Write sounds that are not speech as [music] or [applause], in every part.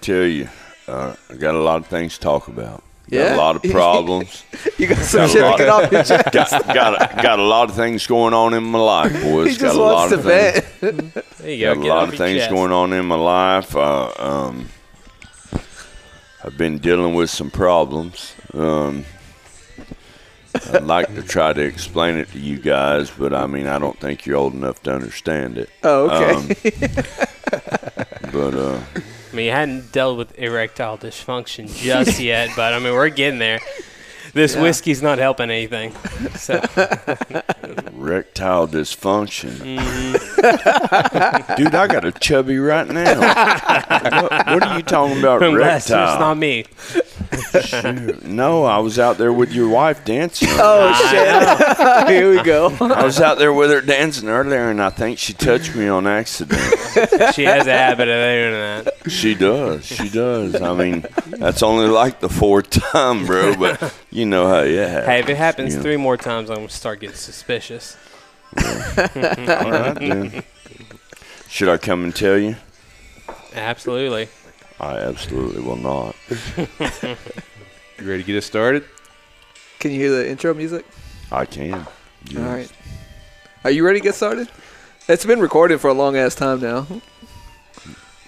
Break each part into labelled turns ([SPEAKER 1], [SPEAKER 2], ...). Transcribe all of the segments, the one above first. [SPEAKER 1] tell you, uh, I got a lot of things to talk about. Got a
[SPEAKER 2] Yeah?
[SPEAKER 1] lot of
[SPEAKER 2] [laughs]
[SPEAKER 1] problems.
[SPEAKER 2] You got some
[SPEAKER 1] Got a
[SPEAKER 2] shit to
[SPEAKER 1] lot
[SPEAKER 2] get
[SPEAKER 1] of- [laughs]
[SPEAKER 2] off your chest.
[SPEAKER 1] got, got, a, got a lot of things going on in my life, boys.
[SPEAKER 2] [laughs] He
[SPEAKER 1] got
[SPEAKER 2] just
[SPEAKER 1] a lot
[SPEAKER 2] wants to
[SPEAKER 1] of things.
[SPEAKER 2] vent.
[SPEAKER 3] There you go.
[SPEAKER 1] Got a
[SPEAKER 3] Get
[SPEAKER 1] lot
[SPEAKER 3] off
[SPEAKER 1] of
[SPEAKER 3] your
[SPEAKER 1] things
[SPEAKER 3] chest.
[SPEAKER 1] going on in my life. Uh, um, I've been dealing with some problems. Um, I'd like to try to explain it to you guys, but I mean, I don't think you're old enough to understand it.
[SPEAKER 2] [laughs] Oh, okay.
[SPEAKER 1] Um,
[SPEAKER 2] [laughs]
[SPEAKER 1] But uh,
[SPEAKER 3] I mean, you hadn't dealt with erectile
[SPEAKER 1] [laughs]
[SPEAKER 3] dysfunction just yet, but I mean, we're getting there. This whiskey's not helping anything.
[SPEAKER 1] [laughs]
[SPEAKER 3] So, [laughs]
[SPEAKER 1] erectile dysfunction. Dude, I got a chubby right now. what, what are you talking about,
[SPEAKER 3] congrats, it's
[SPEAKER 1] erectile?
[SPEAKER 3] not me.
[SPEAKER 1] Shoot. No, I was out there with your wife dancing.
[SPEAKER 2] oh
[SPEAKER 3] Ah,
[SPEAKER 2] shit. Here
[SPEAKER 1] [laughs]
[SPEAKER 2] we go.
[SPEAKER 1] I was out there with her dancing earlier, and I think she touched me on accident.
[SPEAKER 3] [laughs] She has a habit of doing
[SPEAKER 1] [laughs]
[SPEAKER 3] that.
[SPEAKER 1] She does. She does. I mean, that's only like the fourth time, bro. But you know how yeah.
[SPEAKER 3] Hey, if it happens
[SPEAKER 1] Yeah.
[SPEAKER 3] three more times, I'm gonna start getting suspicious.
[SPEAKER 1] All right, then. Should I come and tell you?
[SPEAKER 3] Absolutely.
[SPEAKER 1] I absolutely will not.
[SPEAKER 4] You ready to get us started?
[SPEAKER 2] Can you hear the intro music?
[SPEAKER 1] I can. Yeah.
[SPEAKER 2] All right. Are you ready to get started? It's been recorded for a long ass time now.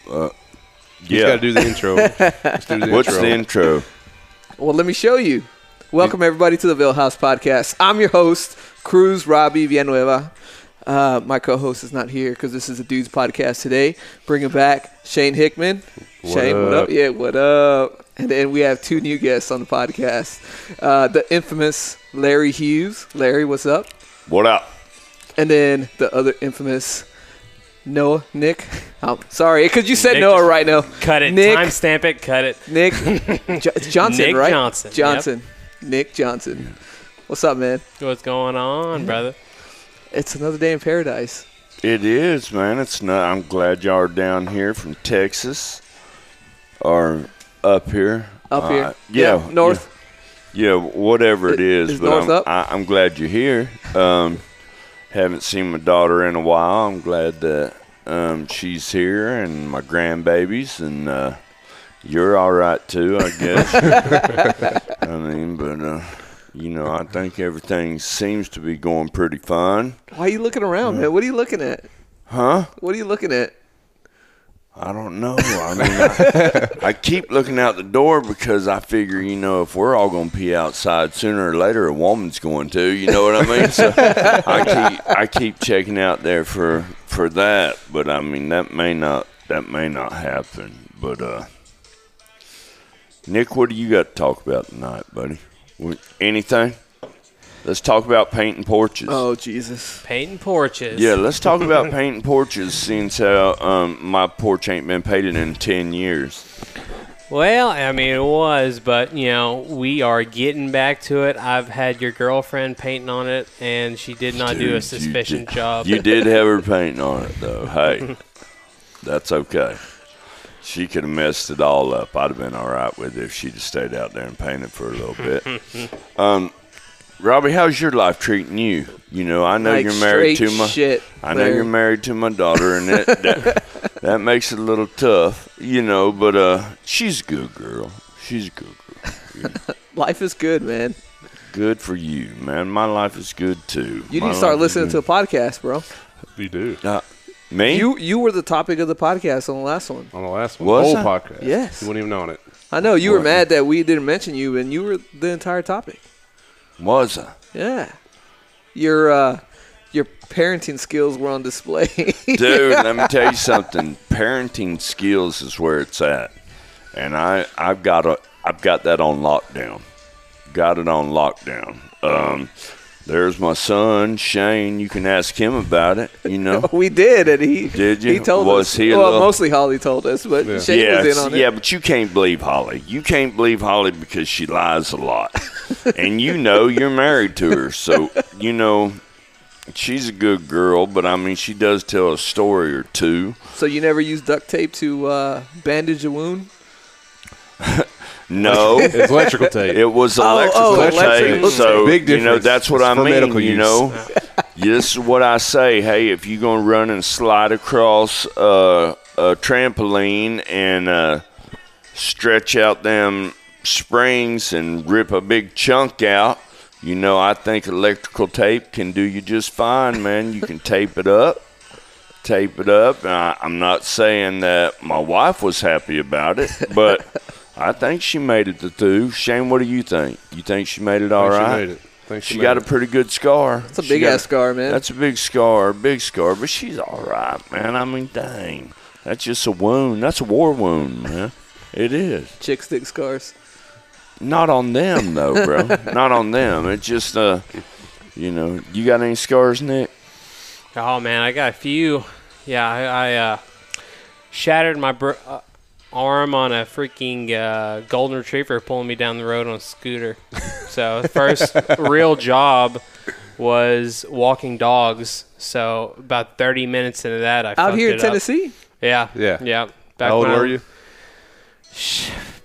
[SPEAKER 4] You got
[SPEAKER 1] Yeah.
[SPEAKER 4] to do
[SPEAKER 1] [laughs]
[SPEAKER 4] the intro. Let's do the
[SPEAKER 1] What's
[SPEAKER 4] intro.
[SPEAKER 1] the intro?
[SPEAKER 2] Well, let me show you. Welcome everybody to the Ville House Podcast. I'm your host, Cruz Robbie Villanueva. Uh, my co-host is not here because this is a dude's podcast today. Bringing back Shane Hickman. Shane, what up?
[SPEAKER 4] up?
[SPEAKER 2] Yeah, what up? And then we have two new guests on the podcast. Uh, the infamous Larry Hughes. Larry, what's up?
[SPEAKER 1] What up?
[SPEAKER 2] And then the other infamous Noah Nick. [laughs] I'm sorry, because you said
[SPEAKER 3] Nick
[SPEAKER 2] Noah
[SPEAKER 3] just-
[SPEAKER 2] right now.
[SPEAKER 3] Cut it.
[SPEAKER 2] Nick.
[SPEAKER 3] Timestamp it. Cut it.
[SPEAKER 2] Nick jo- it's Johnson,
[SPEAKER 3] Nick
[SPEAKER 2] right?
[SPEAKER 3] Johnson, yep.
[SPEAKER 2] Johnson. Nick Johnson. What's up, man?
[SPEAKER 3] What's going on, brother?
[SPEAKER 2] It's another day in paradise.
[SPEAKER 1] It is, man. It's not. I'm glad y'all are down here from Texas, or up here.
[SPEAKER 2] Up
[SPEAKER 1] Uh,
[SPEAKER 2] here.
[SPEAKER 1] yeah,
[SPEAKER 2] North.
[SPEAKER 1] Yeah, whatever it is,
[SPEAKER 2] Is
[SPEAKER 1] but
[SPEAKER 2] North
[SPEAKER 1] I'm,
[SPEAKER 2] up?
[SPEAKER 1] I, I'm glad you're here. Um, haven't seen my daughter in a while. I'm glad that um, she's here and my grandbabies, and uh, you're all right too, I guess. [laughs] I mean, but uh, you know, I think everything seems to be going pretty fine,
[SPEAKER 2] Why are you looking around, man? What are you looking at?
[SPEAKER 1] huh?
[SPEAKER 2] What are you looking at?
[SPEAKER 1] I don't know. I mean, I, I keep looking out the door because I figure, you know, if we're all going to pee outside sooner or later, a woman's going to. You know what I mean? So I keep I keep checking out there for for that, but I mean that may not that may not happen. But uh, Nick, what do you got to talk about tonight, buddy? What- Anything? Let's talk about painting porches.
[SPEAKER 2] Oh Jesus.
[SPEAKER 3] Painting porches.
[SPEAKER 1] Yeah, let's talk about painting porches since uh, um, my porch ain't been painted in 10 years.
[SPEAKER 3] Well, I mean, it was, but you know, we are getting back to it. I've had your girlfriend painting on it, and she did not
[SPEAKER 1] Dude,
[SPEAKER 3] do
[SPEAKER 1] you
[SPEAKER 3] a suspicion
[SPEAKER 1] did-
[SPEAKER 3] job.
[SPEAKER 1] You did have her painting on it,
[SPEAKER 3] [laughs]
[SPEAKER 1] though. Hey, that's okay. She could have messed it all up. I'd have been all right with it if she'd have stayed out there and painted for a little bit.
[SPEAKER 3] [laughs]
[SPEAKER 1] um, Robbie, how's your life treating you? You know, I know
[SPEAKER 2] Like
[SPEAKER 1] you're married
[SPEAKER 2] straight
[SPEAKER 1] to my.
[SPEAKER 2] shit,
[SPEAKER 1] I know you're
[SPEAKER 2] Larry.
[SPEAKER 1] married to my daughter, and that
[SPEAKER 2] [laughs]
[SPEAKER 1] that, that makes it a little tough, you know. But uh, she's a good girl. She's a good girl.
[SPEAKER 2] Life is good, man.
[SPEAKER 1] Good for you, man. My life is good too.
[SPEAKER 2] You need to start listening to a podcast, bro.
[SPEAKER 4] We do.
[SPEAKER 1] to Uh, me.
[SPEAKER 2] You you were the topic of the podcast on the last one.
[SPEAKER 4] On the last one.
[SPEAKER 1] Was
[SPEAKER 4] whole
[SPEAKER 1] I?
[SPEAKER 4] podcast.
[SPEAKER 2] Yes.
[SPEAKER 4] You weren't even on it.
[SPEAKER 2] I know you were
[SPEAKER 1] What?
[SPEAKER 2] mad that we didn't mention you, and you were the entire topic.
[SPEAKER 1] was
[SPEAKER 2] [laughs]
[SPEAKER 1] I?
[SPEAKER 2] Yeah, your uh, your parenting skills were on display. [laughs]
[SPEAKER 1] dude? let me tell you something. Parenting skills is where it's at, and I I've got a I've got that on lockdown. Got it on lockdown. Um, there's my son Shane. You can ask him about it. You know.
[SPEAKER 2] [laughs] we did, and he
[SPEAKER 1] Did you?
[SPEAKER 2] He told
[SPEAKER 1] Was
[SPEAKER 2] us.
[SPEAKER 1] he a
[SPEAKER 2] well,
[SPEAKER 1] little-
[SPEAKER 2] mostly Holly told us, but
[SPEAKER 4] Yeah.
[SPEAKER 2] Shane
[SPEAKER 1] yeah,
[SPEAKER 2] was in on it.
[SPEAKER 1] yeah, but you can't believe Holly. You can't believe Holly because she lies a
[SPEAKER 2] [laughs]
[SPEAKER 1] lot, and you know you're married to her, so you know she's a good girl. But I mean, she does tell a story or two.
[SPEAKER 2] So you never used duct tape to uh, bandage a wound? [laughs]
[SPEAKER 1] No,
[SPEAKER 4] It's electrical tape.
[SPEAKER 1] It was electrical
[SPEAKER 2] oh,
[SPEAKER 1] tape,
[SPEAKER 2] electrical
[SPEAKER 1] so
[SPEAKER 4] tape. Big
[SPEAKER 1] you know
[SPEAKER 4] difference.
[SPEAKER 1] that's what
[SPEAKER 4] It's
[SPEAKER 1] I
[SPEAKER 4] for
[SPEAKER 1] mean.
[SPEAKER 4] medical
[SPEAKER 1] you
[SPEAKER 4] use.
[SPEAKER 1] know, this is what I say. Hey, if you're gonna run and slide across uh, a trampoline and uh, stretch out them springs and rip a big chunk out, you know, I think electrical tape can do you just fine, man. You can tape it up, tape it up. And I, I'm not saying that my wife was happy about it, but I think she made it to two. Shane, what do you think? You think she made it all
[SPEAKER 4] Think
[SPEAKER 1] right?
[SPEAKER 4] she made it. Think
[SPEAKER 1] She
[SPEAKER 4] made
[SPEAKER 1] got a
[SPEAKER 4] it.
[SPEAKER 1] pretty good scar.
[SPEAKER 2] That's a big ass scar, man.
[SPEAKER 1] That's a big scar, big scar, but she's all right, man. I mean, dang, that's just a wound. That's a war wound, man. It is.
[SPEAKER 2] Chick stick scars.
[SPEAKER 1] Not on them though, [laughs] bro. Not on them. It's just uh, you know, you got any scars, Nick?
[SPEAKER 3] Oh man, I got a few. Yeah, I, I uh, shattered my br- uh, arm on a freaking uh, golden retriever pulling me down the road on a scooter. So first real job was walking dogs. So about 30 minutes into that, I
[SPEAKER 2] Out
[SPEAKER 3] fucked
[SPEAKER 2] here
[SPEAKER 3] it
[SPEAKER 2] in
[SPEAKER 3] up. [laughs]
[SPEAKER 2] Tennessee?
[SPEAKER 3] Yeah,
[SPEAKER 4] Yeah.
[SPEAKER 3] yeah. Back
[SPEAKER 4] How old
[SPEAKER 3] when I-
[SPEAKER 4] were you?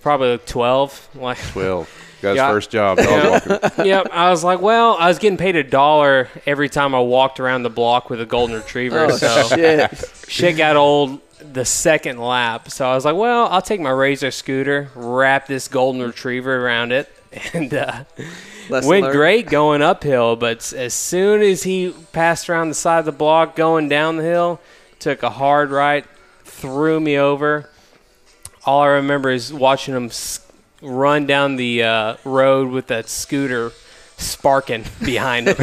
[SPEAKER 3] Probably 12.
[SPEAKER 2] [laughs]
[SPEAKER 3] Like,
[SPEAKER 4] Twelve. Got his
[SPEAKER 3] Yeah.
[SPEAKER 4] first job. Dog walking.
[SPEAKER 3] yep. I was like, well, I was getting paid a dollar every time I walked around the block with
[SPEAKER 2] [laughs]
[SPEAKER 3] a golden retriever.
[SPEAKER 2] Oh,
[SPEAKER 3] so
[SPEAKER 2] shit.
[SPEAKER 3] [laughs] shit got old the second lap. So I was like, well, I'll take my Razor scooter, wrap this golden retriever around it, [laughs] and uh,
[SPEAKER 2] Lesson
[SPEAKER 3] went
[SPEAKER 2] learned.
[SPEAKER 3] great going uphill. But as soon as he passed around the side of the block going down the hill, took a hard right, threw me over. All I remember is watching him s- run down the uh, road with that scooter sparking [laughs] behind him.
[SPEAKER 1] Uh,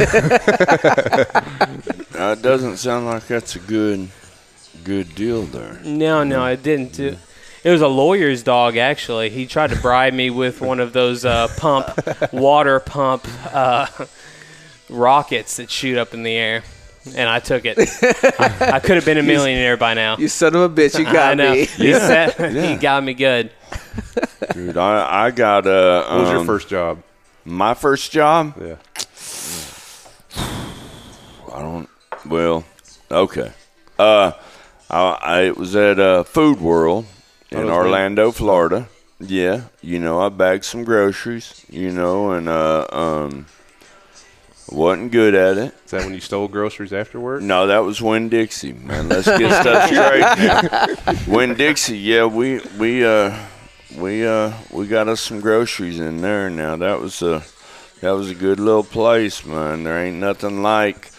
[SPEAKER 1] it doesn't sound like that's a good, good deal there.
[SPEAKER 3] No, no, it didn't. Do. It was a lawyer's dog, actually. He tried to bribe me with one of those uh,
[SPEAKER 1] [laughs]
[SPEAKER 3] pump, water pump uh, rockets that shoot up in the air, and I took it. I, I could
[SPEAKER 1] [laughs]
[SPEAKER 3] have been a millionaire by now.
[SPEAKER 2] You son of a bitch, you
[SPEAKER 3] [laughs] I
[SPEAKER 2] got
[SPEAKER 3] know.
[SPEAKER 2] me.
[SPEAKER 3] He, said- [laughs]
[SPEAKER 1] yeah.
[SPEAKER 3] he got me good.
[SPEAKER 1] Dude, I I got uh.
[SPEAKER 4] What was your
[SPEAKER 1] um,
[SPEAKER 4] first job?
[SPEAKER 1] My first job.
[SPEAKER 4] Yeah.
[SPEAKER 1] I don't. Well, okay. Uh, I, I it was at uh, Food World in
[SPEAKER 4] was
[SPEAKER 1] Orlando, Florida. Yeah, you know, I bagged some groceries. You know, and uh, um, wasn't good at it.
[SPEAKER 4] Is that when you stole groceries after work?
[SPEAKER 1] No, that was Win Dixie, man. Let's get stuff straight. Win Dixie, yeah, we we uh we uh we got us some groceries in there now. That was a that was a good little place, man. There ain't nothing like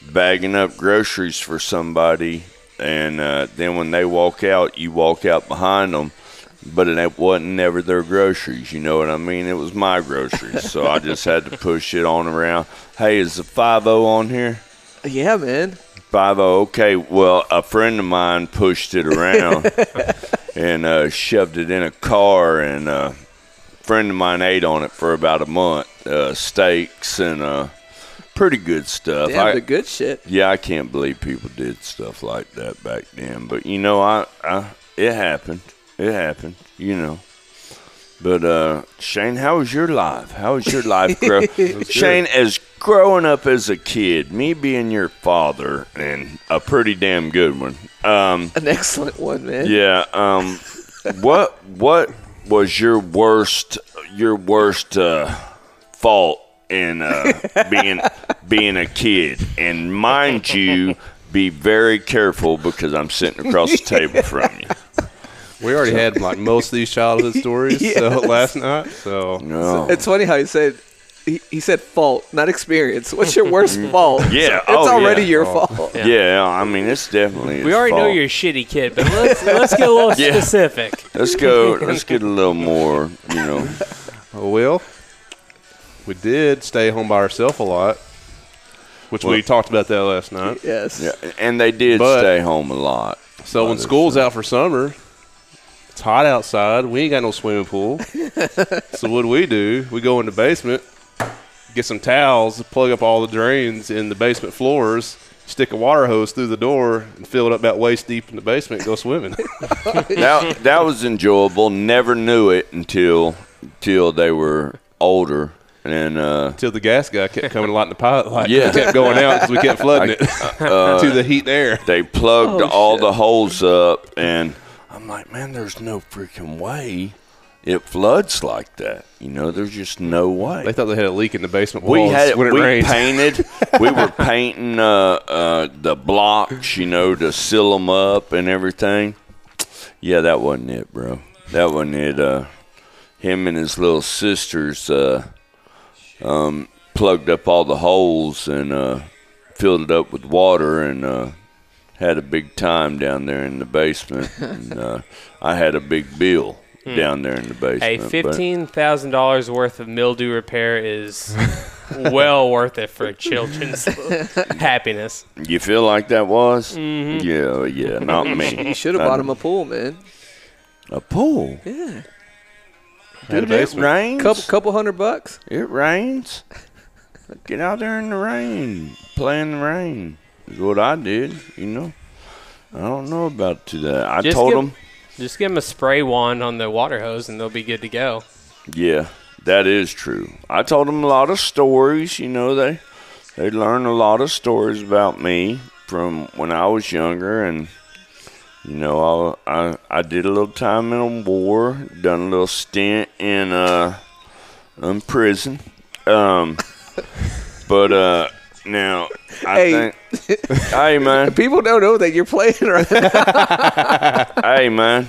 [SPEAKER 1] bagging up groceries for somebody, and uh, then when they walk out, you walk out behind them. But it wasn't never their groceries, you know what I mean? It was my groceries, so I just had to push it on around. Hey, is the five O on here?
[SPEAKER 2] [laughs] Yeah, man.
[SPEAKER 1] Five oh, okay. Well, a friend of mine pushed it around and uh, shoved it in a car, and a uh, friend of mine ate on it for about a month. Uh, steaks and uh, pretty good stuff.
[SPEAKER 2] Damn,
[SPEAKER 1] I-
[SPEAKER 2] the good shit.
[SPEAKER 1] yeah, I can't believe people did stuff like that back then. But you know, I, I it happened. It happened. You know. But uh, Shane, how was your life? How was your life grow? Shane, as growing up as a kid, me being your father and a pretty damn good one. Um,
[SPEAKER 2] An excellent one, man.
[SPEAKER 1] yeah. Um, what what was your worst your worst uh, fault in uh, being being a kid? And mind you, be very careful because I'm sitting across the table from you.
[SPEAKER 4] We already had like most of these
[SPEAKER 1] [laughs]
[SPEAKER 4] childhood stories so, last night. So
[SPEAKER 1] No.
[SPEAKER 2] It's funny how he said he, he said fault, not experience. What's your worst fault?
[SPEAKER 1] Mm-hmm. Yeah,
[SPEAKER 2] It's
[SPEAKER 1] oh,
[SPEAKER 2] already
[SPEAKER 1] yeah.
[SPEAKER 2] your fault. [laughs]
[SPEAKER 1] yeah. I mean it's definitely.
[SPEAKER 3] We already know you're a shitty kid, but let's let's get a little
[SPEAKER 1] [laughs] Yeah.
[SPEAKER 3] specific.
[SPEAKER 1] Let's go. Let's get a little more. You know.
[SPEAKER 4] Oh, well, we did stay home by ourselves a lot, which
[SPEAKER 1] Well-
[SPEAKER 4] we talked about that last night.
[SPEAKER 2] Yes.
[SPEAKER 1] Yeah, and they did
[SPEAKER 4] But-
[SPEAKER 1] stay home a lot.
[SPEAKER 4] So when
[SPEAKER 1] Other
[SPEAKER 4] school's out for summer, it's hot outside. We ain't got no swimming [laughs] pool. so what do we do? We go in the basement, get some towels, plug up all the drains in the basement floors, stick a water hose through the door, and fill it up about waist deep in the basement. And go [laughs] swimming.
[SPEAKER 1] that that was enjoyable. Never knew it until until they were older. And uh,
[SPEAKER 4] Until the gas guy kept coming a lot in the pilot light.
[SPEAKER 1] Yeah.
[SPEAKER 4] Yeah, uh, kept going out because we kept flooding it [laughs] to the heat and air.
[SPEAKER 1] they plugged
[SPEAKER 2] Oh,
[SPEAKER 1] all
[SPEAKER 2] shit.
[SPEAKER 1] the holes up, and I'm like, man, there's no freaking way it floods like that. You know, there's just no way.
[SPEAKER 4] They thought they had a leak in the basement
[SPEAKER 1] we
[SPEAKER 4] walls
[SPEAKER 1] had it,
[SPEAKER 4] when it
[SPEAKER 1] we
[SPEAKER 4] rained.
[SPEAKER 1] painted. we
[SPEAKER 4] [laughs]
[SPEAKER 1] were painting uh, uh, the blocks, you know, to seal them up and everything. Yeah, that wasn't it, bro. That one it uh him and his little sisters uh um plugged up all the holes and uh filled it up with water and uh had a big time down there in the
[SPEAKER 4] [laughs]
[SPEAKER 1] basement and uh I had a big bill
[SPEAKER 4] Hmm.
[SPEAKER 1] down there in the basement.
[SPEAKER 3] Hey,
[SPEAKER 1] but-
[SPEAKER 3] fifteen thousand dollars worth of mildew
[SPEAKER 1] [laughs]
[SPEAKER 3] repair is well worth it for children's happiness.
[SPEAKER 1] You feel like that was? Yeah, yeah,
[SPEAKER 2] [laughs]
[SPEAKER 1] not me.
[SPEAKER 2] You should have Mm-hmm. bought him a pool, man.
[SPEAKER 1] A pool.
[SPEAKER 2] Yeah,
[SPEAKER 4] Had a
[SPEAKER 1] Dude, it
[SPEAKER 4] basement.
[SPEAKER 1] rains.
[SPEAKER 2] couple couple hundred bucks.
[SPEAKER 1] It rains. Get out there in the rain. Play in the rain. Is what I did, you know. I don't know about to that. I
[SPEAKER 3] Just
[SPEAKER 1] told
[SPEAKER 3] give-
[SPEAKER 1] them,
[SPEAKER 3] Just give them a spray wand on the water hose, and they'll be good to go.
[SPEAKER 1] yeah, that is true. I told them a lot of stories, you know, they they learn a lot of stories about me from when I was younger and you know, I I, I did a little time in a war, done a little stint in uh in prison. Um but uh now I
[SPEAKER 2] Hey.
[SPEAKER 1] think Hey man.
[SPEAKER 2] People don't know that you're playing right.
[SPEAKER 1] hey man.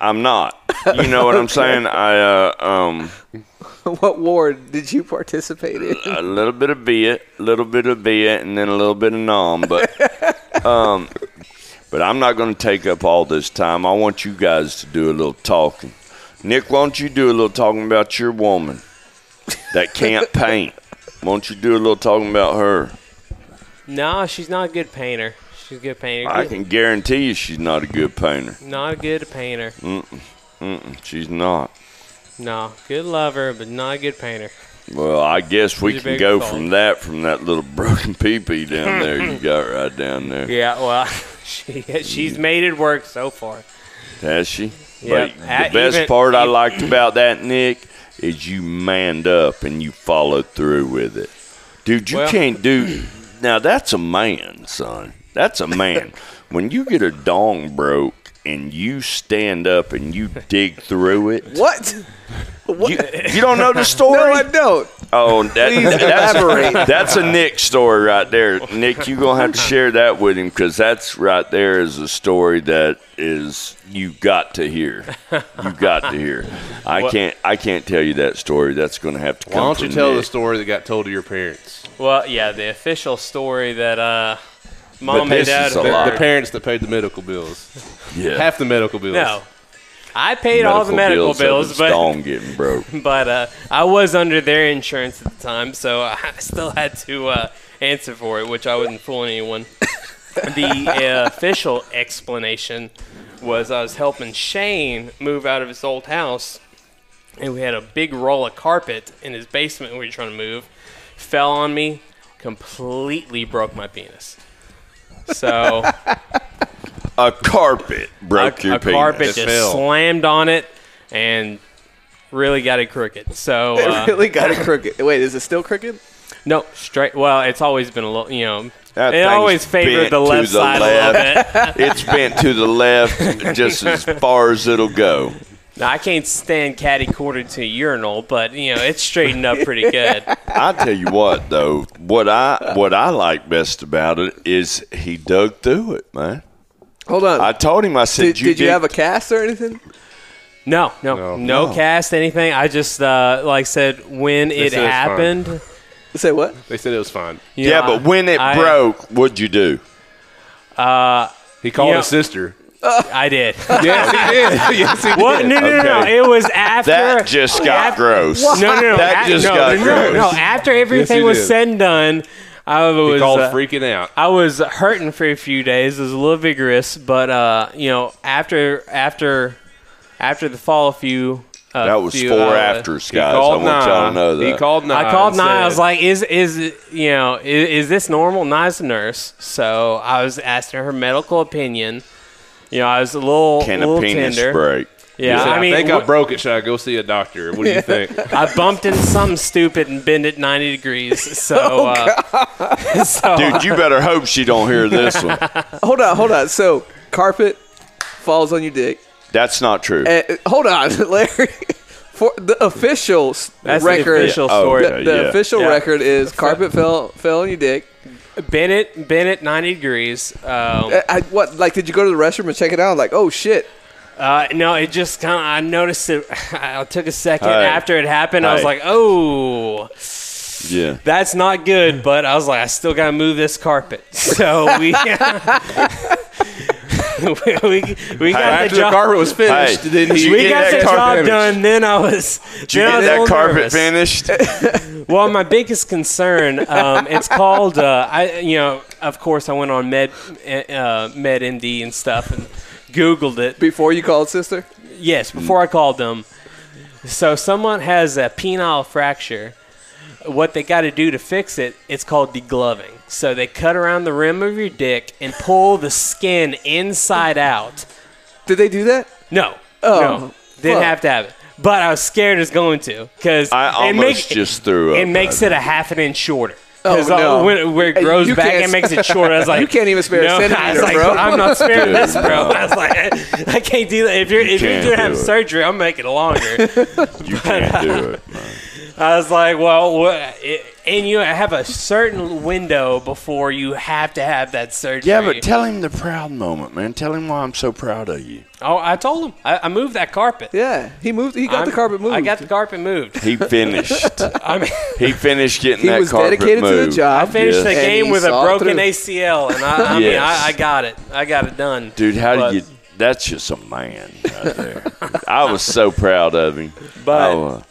[SPEAKER 1] I'm not. You know what I'm saying? I uh um
[SPEAKER 2] [laughs] what war did you participate in?
[SPEAKER 1] a little bit of Viet, a little bit of Viet, and then a little bit of Nom.
[SPEAKER 3] [laughs]
[SPEAKER 1] But um, but I'm not going to take up all this time. I want you guys to do a little talking. Nick, why don't you do a little talking about your woman that
[SPEAKER 3] [laughs]
[SPEAKER 1] can't paint? Why don't you do a little talking about her?
[SPEAKER 3] No, she's not a good painter. She's a good painter.
[SPEAKER 1] I can guarantee you she's not a good painter.
[SPEAKER 3] Not a good painter.
[SPEAKER 1] Mm-mm, she's not.
[SPEAKER 3] No, good lover, but not a good painter.
[SPEAKER 1] Well, I guess we
[SPEAKER 3] She's a
[SPEAKER 1] can
[SPEAKER 3] big
[SPEAKER 1] go
[SPEAKER 3] fault.
[SPEAKER 1] from that from that little broken pee-pee down there
[SPEAKER 3] [laughs]
[SPEAKER 1] you got right down there.
[SPEAKER 3] Yeah, well, [laughs] she she's made it work so far.
[SPEAKER 1] Has she?
[SPEAKER 3] Yep.
[SPEAKER 1] But
[SPEAKER 3] Uh,
[SPEAKER 1] the best
[SPEAKER 3] even-
[SPEAKER 1] part I
[SPEAKER 3] even-
[SPEAKER 1] liked about that, Nick, is you manned up and you followed through with it. Dude, you
[SPEAKER 3] Well-
[SPEAKER 1] can't do. Now, that's a man, son. That's a
[SPEAKER 2] [laughs]
[SPEAKER 1] man. when you get a dong broke and you stand up and you dig through it,
[SPEAKER 2] What? What?
[SPEAKER 1] you, you don't know the story?
[SPEAKER 2] [laughs] no, I don't.
[SPEAKER 1] Oh, that,
[SPEAKER 2] Please elaborate.
[SPEAKER 1] that's, that's a Nick story right there. Nick, you're going to have to share that with him because that's right there is a story that is you got to hear. You got to hear. I can't I can't tell you that story. That's going to have to come
[SPEAKER 4] Why don't you
[SPEAKER 1] from
[SPEAKER 4] tell the
[SPEAKER 1] Nick.
[SPEAKER 4] story that got told to your parents?
[SPEAKER 3] Well, yeah, the official story that uh, mom
[SPEAKER 1] But
[SPEAKER 3] and
[SPEAKER 1] this
[SPEAKER 3] dad
[SPEAKER 1] is a
[SPEAKER 4] The,
[SPEAKER 1] lie.
[SPEAKER 4] the parents that paid the medical bills.
[SPEAKER 1] Yeah.
[SPEAKER 4] Half the medical bills.
[SPEAKER 3] No, I paid all the medical bills,
[SPEAKER 1] of his
[SPEAKER 3] but
[SPEAKER 1] dong getting broke.
[SPEAKER 3] [laughs] but uh, I was under their insurance at the time, so I [laughs] still had to uh, answer for it, which I wasn't fooling anyone. the uh, official explanation was I was helping Shane move out of his old house, and we had a big roll of carpet in his basement we were trying to move. Fell on me, completely broke my penis. So
[SPEAKER 1] A carpet [laughs] broke
[SPEAKER 3] a,
[SPEAKER 1] your
[SPEAKER 3] a carpet
[SPEAKER 1] penis.
[SPEAKER 3] just
[SPEAKER 4] fell.
[SPEAKER 3] slammed on it and really got it crooked. So uh,
[SPEAKER 2] It really got it crooked. Wait, is it still crooked?
[SPEAKER 3] No, straight. Well, it's always been a little, you know.
[SPEAKER 1] That
[SPEAKER 3] it
[SPEAKER 1] thing's
[SPEAKER 3] always
[SPEAKER 1] bent
[SPEAKER 3] favored the
[SPEAKER 1] to
[SPEAKER 3] left
[SPEAKER 1] the
[SPEAKER 3] side a little bit. [laughs]
[SPEAKER 1] It's bent to the left just as far as it'll go.
[SPEAKER 3] now, I can't stand catty quartered to a urinal, but you know it's straightened up
[SPEAKER 1] [laughs]
[SPEAKER 3] pretty good.
[SPEAKER 1] I tell you what, though, what I what I like best about it is he dug through it, man.
[SPEAKER 2] Hold on.
[SPEAKER 1] I told him, I said,
[SPEAKER 2] did,
[SPEAKER 1] you
[SPEAKER 2] did you
[SPEAKER 1] dig-
[SPEAKER 2] have a cast or anything?
[SPEAKER 3] No, no,
[SPEAKER 4] No.
[SPEAKER 3] no,
[SPEAKER 1] No.
[SPEAKER 3] cast anything. I just uh, like said when it
[SPEAKER 4] said it's fine.
[SPEAKER 3] happened.
[SPEAKER 2] Say what?
[SPEAKER 4] They said it was fine.
[SPEAKER 3] you
[SPEAKER 1] yeah,
[SPEAKER 3] know,
[SPEAKER 1] but when it
[SPEAKER 3] I-
[SPEAKER 1] broke, what'd you do?
[SPEAKER 4] He called
[SPEAKER 3] Yeah.
[SPEAKER 4] his sister.
[SPEAKER 1] [laughs]
[SPEAKER 3] I did.
[SPEAKER 4] [laughs] yes, he did. Yes, he did.
[SPEAKER 3] What? No, no, no, no.
[SPEAKER 1] Okay.
[SPEAKER 3] It was after
[SPEAKER 1] That just got
[SPEAKER 3] af-
[SPEAKER 1] gross.
[SPEAKER 3] No, no, no.
[SPEAKER 1] That
[SPEAKER 3] a-
[SPEAKER 1] just
[SPEAKER 3] no,
[SPEAKER 1] got
[SPEAKER 3] no,
[SPEAKER 1] gross.
[SPEAKER 3] No, after everything
[SPEAKER 4] it
[SPEAKER 3] was
[SPEAKER 4] is.
[SPEAKER 3] said and done, I was
[SPEAKER 4] He called
[SPEAKER 3] uh,
[SPEAKER 4] freaking out.
[SPEAKER 3] I was hurting for a few days. It was a little vigorous, but uh, you know, after after after the fall, a few. Uh,
[SPEAKER 1] That was
[SPEAKER 3] few,
[SPEAKER 1] four
[SPEAKER 3] uh,
[SPEAKER 1] afters,
[SPEAKER 4] He
[SPEAKER 1] guys. I
[SPEAKER 4] called
[SPEAKER 1] want y'all to
[SPEAKER 4] Nye.
[SPEAKER 1] know that.
[SPEAKER 4] He called Nye.
[SPEAKER 3] I called
[SPEAKER 4] and
[SPEAKER 3] Nye. I was
[SPEAKER 4] said-
[SPEAKER 3] like, "Is is it- you know is, is this normal?" Nye's a nurse, so I was asking her medical opinion. You know, I was a little
[SPEAKER 1] Can
[SPEAKER 3] little
[SPEAKER 1] a penis
[SPEAKER 3] tender.
[SPEAKER 1] break?
[SPEAKER 3] Yeah,
[SPEAKER 4] He said,
[SPEAKER 3] I mean,
[SPEAKER 4] think
[SPEAKER 3] wh-
[SPEAKER 4] I broke it. Should I go see a doctor? What do
[SPEAKER 3] [laughs]
[SPEAKER 4] you think?
[SPEAKER 3] I bumped into something stupid and bent it
[SPEAKER 1] [laughs]
[SPEAKER 3] 90 degrees. So, uh, [laughs] so
[SPEAKER 1] Oh, Dude, you better hope she don't hear this
[SPEAKER 3] [laughs]
[SPEAKER 1] one.
[SPEAKER 2] Hold on, hold on. So carpet falls on your dick.
[SPEAKER 1] That's not true.
[SPEAKER 2] Uh, hold on, [laughs] Larry. For the official s-
[SPEAKER 3] That's the
[SPEAKER 2] record,
[SPEAKER 3] official
[SPEAKER 1] Yeah, oh,
[SPEAKER 3] story.
[SPEAKER 1] okay.
[SPEAKER 2] the, the
[SPEAKER 1] Yeah.
[SPEAKER 2] official
[SPEAKER 3] Yeah.
[SPEAKER 2] record is carpet fell fell on your dick.
[SPEAKER 3] uh, Bennett, Bennett, 90 degrees. Um,
[SPEAKER 2] Eh, I, I- what? Like, did you go to the restroom and check it out? Like, oh shit,
[SPEAKER 3] Uh, no, it just kind of. I noticed it. [laughs] I took a second
[SPEAKER 1] Hey.
[SPEAKER 3] after it happened. I was
[SPEAKER 1] Hey.
[SPEAKER 3] like, "Oh,
[SPEAKER 1] Yeah.
[SPEAKER 3] that's not good." But I was like, "I still gotta move this carpet." [laughs] So we we, we got the
[SPEAKER 4] After the
[SPEAKER 3] job.
[SPEAKER 4] carpet was finished,
[SPEAKER 1] Hey,
[SPEAKER 4] then he
[SPEAKER 1] you
[SPEAKER 3] we
[SPEAKER 1] get
[SPEAKER 3] got
[SPEAKER 1] that
[SPEAKER 3] the job
[SPEAKER 1] carpet
[SPEAKER 3] done. Then I was.
[SPEAKER 1] Did you
[SPEAKER 3] then
[SPEAKER 1] get
[SPEAKER 3] I was a
[SPEAKER 1] that
[SPEAKER 3] little
[SPEAKER 1] carpet
[SPEAKER 3] nervous. [laughs]
[SPEAKER 1] finished?
[SPEAKER 3] Well, my biggest concern, um, it's called. Uh, I, you know, of course, I went on Med uh, MedMD and stuff and Googled it.
[SPEAKER 2] Before you called sister?
[SPEAKER 3] Yes,
[SPEAKER 1] Mm.
[SPEAKER 3] before I called them. So someone has a penile fracture. What they got to do to fix it, it's called degloving. So they cut around the rim of your dick and pull the skin inside out.
[SPEAKER 2] Did they do that?
[SPEAKER 3] No,
[SPEAKER 2] Oh,
[SPEAKER 3] no, didn't
[SPEAKER 2] fuck.
[SPEAKER 3] have to have it. But I was scared it's going to because
[SPEAKER 1] I
[SPEAKER 3] it,
[SPEAKER 1] almost
[SPEAKER 3] make-
[SPEAKER 1] just threw up.
[SPEAKER 3] it makes it a half an inch shorter.
[SPEAKER 2] Oh,
[SPEAKER 3] 'Cause,
[SPEAKER 2] no.
[SPEAKER 3] uh, when it- where it
[SPEAKER 2] Hey,
[SPEAKER 3] grows
[SPEAKER 2] you
[SPEAKER 3] back,
[SPEAKER 2] can't
[SPEAKER 3] it
[SPEAKER 2] s-
[SPEAKER 3] makes it shorter.
[SPEAKER 2] [laughs]
[SPEAKER 3] I was like,
[SPEAKER 2] You can't even spare a
[SPEAKER 3] [laughs] no, I
[SPEAKER 2] centimeter,
[SPEAKER 3] was like,
[SPEAKER 2] bro.
[SPEAKER 3] I'm not sparing
[SPEAKER 1] Dude,
[SPEAKER 3] this, bro.
[SPEAKER 1] no.
[SPEAKER 3] I was like, [laughs] I can't do that. If you're if you're
[SPEAKER 1] can't
[SPEAKER 3] gonna
[SPEAKER 1] do
[SPEAKER 3] have
[SPEAKER 1] it.
[SPEAKER 3] surgery, I'm making it longer.
[SPEAKER 1] You can't do
[SPEAKER 3] [laughs]
[SPEAKER 1] it. man.
[SPEAKER 3] I was like, well, what? It, and you have a certain window before you have to have that surgery.
[SPEAKER 1] Yeah, but tell him the proud moment, man. Tell him why I'm so proud of you.
[SPEAKER 3] oh, I told him I, I moved that carpet.
[SPEAKER 2] Yeah. He moved he got
[SPEAKER 3] I'm-
[SPEAKER 2] the carpet moved.
[SPEAKER 3] I got the
[SPEAKER 2] [laughs]
[SPEAKER 3] carpet moved.
[SPEAKER 1] He
[SPEAKER 3] [laughs]
[SPEAKER 1] finished.
[SPEAKER 3] I mean,
[SPEAKER 1] he finished getting
[SPEAKER 2] he
[SPEAKER 1] that
[SPEAKER 2] was
[SPEAKER 1] carpet
[SPEAKER 2] dedicated to the
[SPEAKER 1] moved.
[SPEAKER 2] job.
[SPEAKER 3] I finished
[SPEAKER 1] Yes.
[SPEAKER 3] the
[SPEAKER 1] And
[SPEAKER 3] game
[SPEAKER 2] he
[SPEAKER 3] with a
[SPEAKER 2] saw
[SPEAKER 3] broken
[SPEAKER 2] through.
[SPEAKER 3] ACL, and I, I mean,
[SPEAKER 1] Yes.
[SPEAKER 3] I, I got it. I got it done,
[SPEAKER 1] Dude, how
[SPEAKER 3] But-
[SPEAKER 1] do you? That's just a man right there. I was so proud of him.
[SPEAKER 3] But-
[SPEAKER 1] I, wa-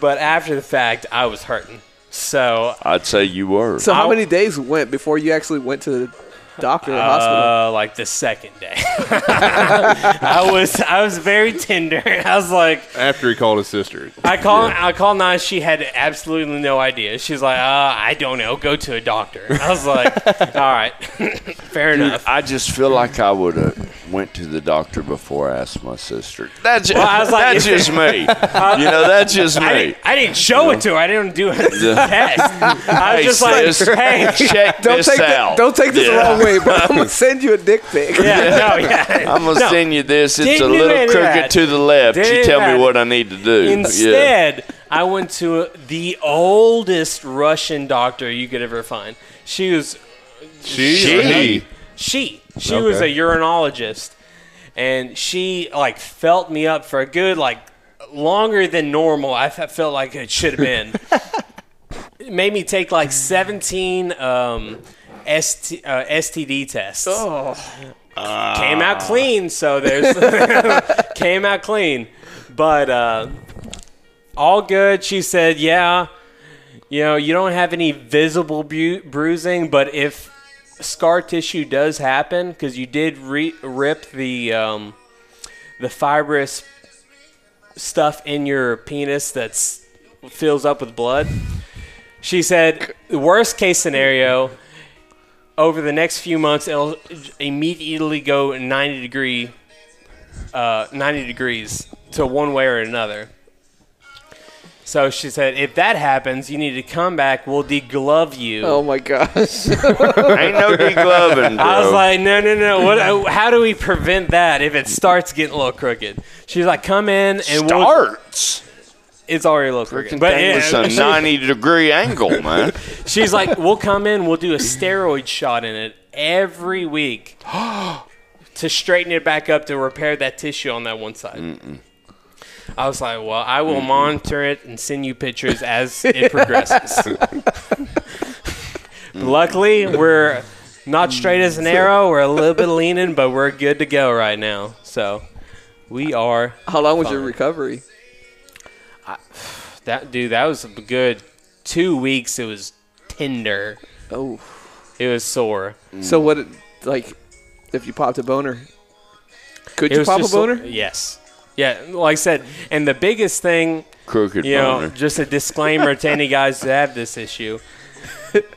[SPEAKER 3] But after the fact, I was hurting. So,
[SPEAKER 1] I'd say you were.
[SPEAKER 2] so how
[SPEAKER 3] I'll-
[SPEAKER 2] many days went before you actually went to the doctor or hospital?
[SPEAKER 3] uh, like the second day, [laughs] I was I was very tender. [laughs] I was like,
[SPEAKER 4] after he called his sister.
[SPEAKER 3] I call I call Nas. She had absolutely no idea. She's like, uh, I don't know. Go to a doctor. I
[SPEAKER 1] [laughs]
[SPEAKER 3] was like, all right, [laughs] fair enough.
[SPEAKER 1] I just feel like I would have went to the doctor before I asked my sister. That's just,
[SPEAKER 3] I was like,
[SPEAKER 1] that's
[SPEAKER 3] if-
[SPEAKER 1] just me. you know, that's just
[SPEAKER 3] I
[SPEAKER 1] me.
[SPEAKER 3] didn't, I didn't show it to her. I didn't do
[SPEAKER 1] [laughs]
[SPEAKER 3] a test. I was
[SPEAKER 1] Hey,
[SPEAKER 3] just like,
[SPEAKER 1] sis.
[SPEAKER 3] [laughs]
[SPEAKER 1] [laughs]
[SPEAKER 3] hey,
[SPEAKER 1] Check
[SPEAKER 2] Don't
[SPEAKER 1] this
[SPEAKER 2] take
[SPEAKER 1] out.
[SPEAKER 2] that, don't take this the
[SPEAKER 1] Yeah.
[SPEAKER 2] wrong way, bro. I'm gonna send you a dick pic.
[SPEAKER 3] yeah, no, yeah.
[SPEAKER 1] I'm gonna
[SPEAKER 3] No.
[SPEAKER 1] send you this. It's
[SPEAKER 3] Didn't
[SPEAKER 1] a
[SPEAKER 3] do any
[SPEAKER 1] little
[SPEAKER 3] of
[SPEAKER 1] crooked
[SPEAKER 3] that.
[SPEAKER 1] to the left.
[SPEAKER 3] Didn't
[SPEAKER 1] you tell me
[SPEAKER 3] that.
[SPEAKER 1] what I need to do. yeah.
[SPEAKER 3] Instead, I went to the oldest Russian doctor you could ever find. She was
[SPEAKER 4] She,
[SPEAKER 1] She?
[SPEAKER 4] or he?
[SPEAKER 3] she she was a
[SPEAKER 4] Okay.
[SPEAKER 3] urinologist, and she like felt me up for a good like longer than normal. I fe- felt like it should have been. it made me take like seventeen. Um, ST, uh, STD tests
[SPEAKER 2] Oh,
[SPEAKER 3] came out clean, so there's came out clean, but uh, all good. She said, "Yeah, you know, you don't have any visible bu- bruising, but if scar tissue does happen, because you did re- rip the um, the fibrous stuff in your penis that's fills up with blood." She said, "Worst case scenario." over the next few months it'll immediately go 90 degree uh, 90 degrees to one way or another so she said if that happens you need to come back we'll deglove you
[SPEAKER 2] [laughs] oh my gosh.
[SPEAKER 1] Ain't no degloving, bro.
[SPEAKER 3] I was like, no, no, no. What? How do we prevent that if it starts getting a little crooked? She's like, come in and we'll.
[SPEAKER 1] starts.
[SPEAKER 3] It's already a little crooked. But
[SPEAKER 1] Dang,
[SPEAKER 3] it-
[SPEAKER 1] it's
[SPEAKER 3] [laughs]
[SPEAKER 1] a
[SPEAKER 3] she-
[SPEAKER 1] 90 degree angle, man.
[SPEAKER 3] She's like, we'll come in, we'll do a steroid shot in it every week to straighten it back up to repair that tissue on that one side. I was like, well, I will monitor it and send you pictures as it progresses. Luckily, we're not straight as an arrow. We're a little bit leaning, but we're good to go right now. So we are.
[SPEAKER 2] How long was your
[SPEAKER 3] Fine.
[SPEAKER 2] recovery?
[SPEAKER 3] That dude, that was a good two weeks. It was tender.
[SPEAKER 2] Oh,
[SPEAKER 3] It was sore.
[SPEAKER 2] so what? it- Like, if you popped a boner, could
[SPEAKER 3] It
[SPEAKER 2] you
[SPEAKER 3] was
[SPEAKER 2] pop a
[SPEAKER 3] just
[SPEAKER 2] boner?
[SPEAKER 3] yes. Yeah, like I said, and the biggest thing,
[SPEAKER 1] Crooked
[SPEAKER 3] you know,
[SPEAKER 1] boner.
[SPEAKER 3] just a disclaimer to any guys that have
[SPEAKER 1] [laughs]
[SPEAKER 3] this issue: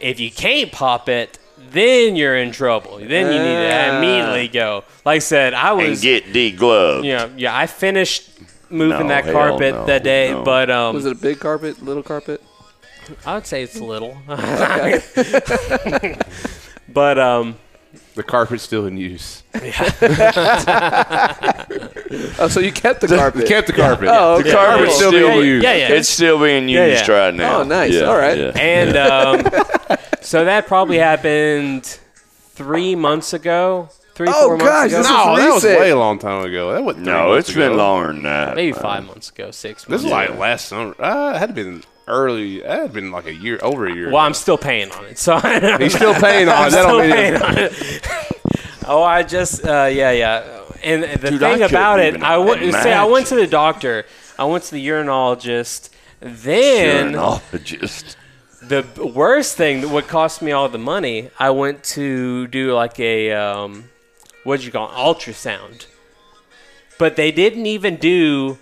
[SPEAKER 3] if you can't pop it, then you're in trouble. Then you need to
[SPEAKER 2] Ah.
[SPEAKER 3] immediately go. Like I said, I
[SPEAKER 1] and
[SPEAKER 3] was,
[SPEAKER 1] get degloved.
[SPEAKER 3] you know, yeah, I finished
[SPEAKER 1] No,
[SPEAKER 3] moving that
[SPEAKER 1] hell
[SPEAKER 3] carpet
[SPEAKER 1] no,
[SPEAKER 3] that day,
[SPEAKER 1] no.
[SPEAKER 3] but um,
[SPEAKER 2] Was it a big carpet, little carpet?
[SPEAKER 3] I would say
[SPEAKER 1] [laughs]
[SPEAKER 3] it's little. [laughs] but um,
[SPEAKER 4] The carpet's still in [laughs] use.
[SPEAKER 2] Oh, so you kept the carpet.
[SPEAKER 4] Kept the carpet.
[SPEAKER 2] [laughs] Oh, okay.
[SPEAKER 1] The carpet's
[SPEAKER 3] yeah.
[SPEAKER 1] still
[SPEAKER 4] Yeah,
[SPEAKER 1] being
[SPEAKER 4] yeah,
[SPEAKER 1] used.
[SPEAKER 3] yeah, yeah.
[SPEAKER 1] It's still being
[SPEAKER 3] Yeah,
[SPEAKER 1] used
[SPEAKER 3] yeah.
[SPEAKER 1] right now.
[SPEAKER 2] Oh, nice.
[SPEAKER 1] Yeah,
[SPEAKER 2] All right.
[SPEAKER 1] yeah.
[SPEAKER 3] And um, so that probably happened three months ago, three,
[SPEAKER 2] Oh,
[SPEAKER 3] four months
[SPEAKER 2] gosh,
[SPEAKER 3] ago.
[SPEAKER 2] this is
[SPEAKER 4] No, that was
[SPEAKER 2] recent.
[SPEAKER 4] way a long time ago. That was
[SPEAKER 1] No, it's been longer than that.
[SPEAKER 3] maybe five months ago, six
[SPEAKER 4] This
[SPEAKER 3] months.
[SPEAKER 4] is
[SPEAKER 3] ago.
[SPEAKER 4] like last summer. Uh, it had been early. It had been like a year, over a year.
[SPEAKER 3] Well, I'm still paying on it, so
[SPEAKER 4] He's still paying on
[SPEAKER 3] I'm
[SPEAKER 4] it. That
[SPEAKER 3] still
[SPEAKER 4] don't mean
[SPEAKER 3] paying
[SPEAKER 4] it.
[SPEAKER 3] on it. [laughs] oh, I just uh, yeah yeah. And the
[SPEAKER 1] Dude, I
[SPEAKER 3] thing
[SPEAKER 1] couldn't
[SPEAKER 3] about it,
[SPEAKER 1] even
[SPEAKER 3] I went say I went to
[SPEAKER 1] imagine.
[SPEAKER 3] the doctor. I went to the urinologist. Then
[SPEAKER 1] Urinologist.
[SPEAKER 3] the b- worst thing, what cost me all the money, I went to do like a um, what'd you call it? ultrasound, but they didn't even do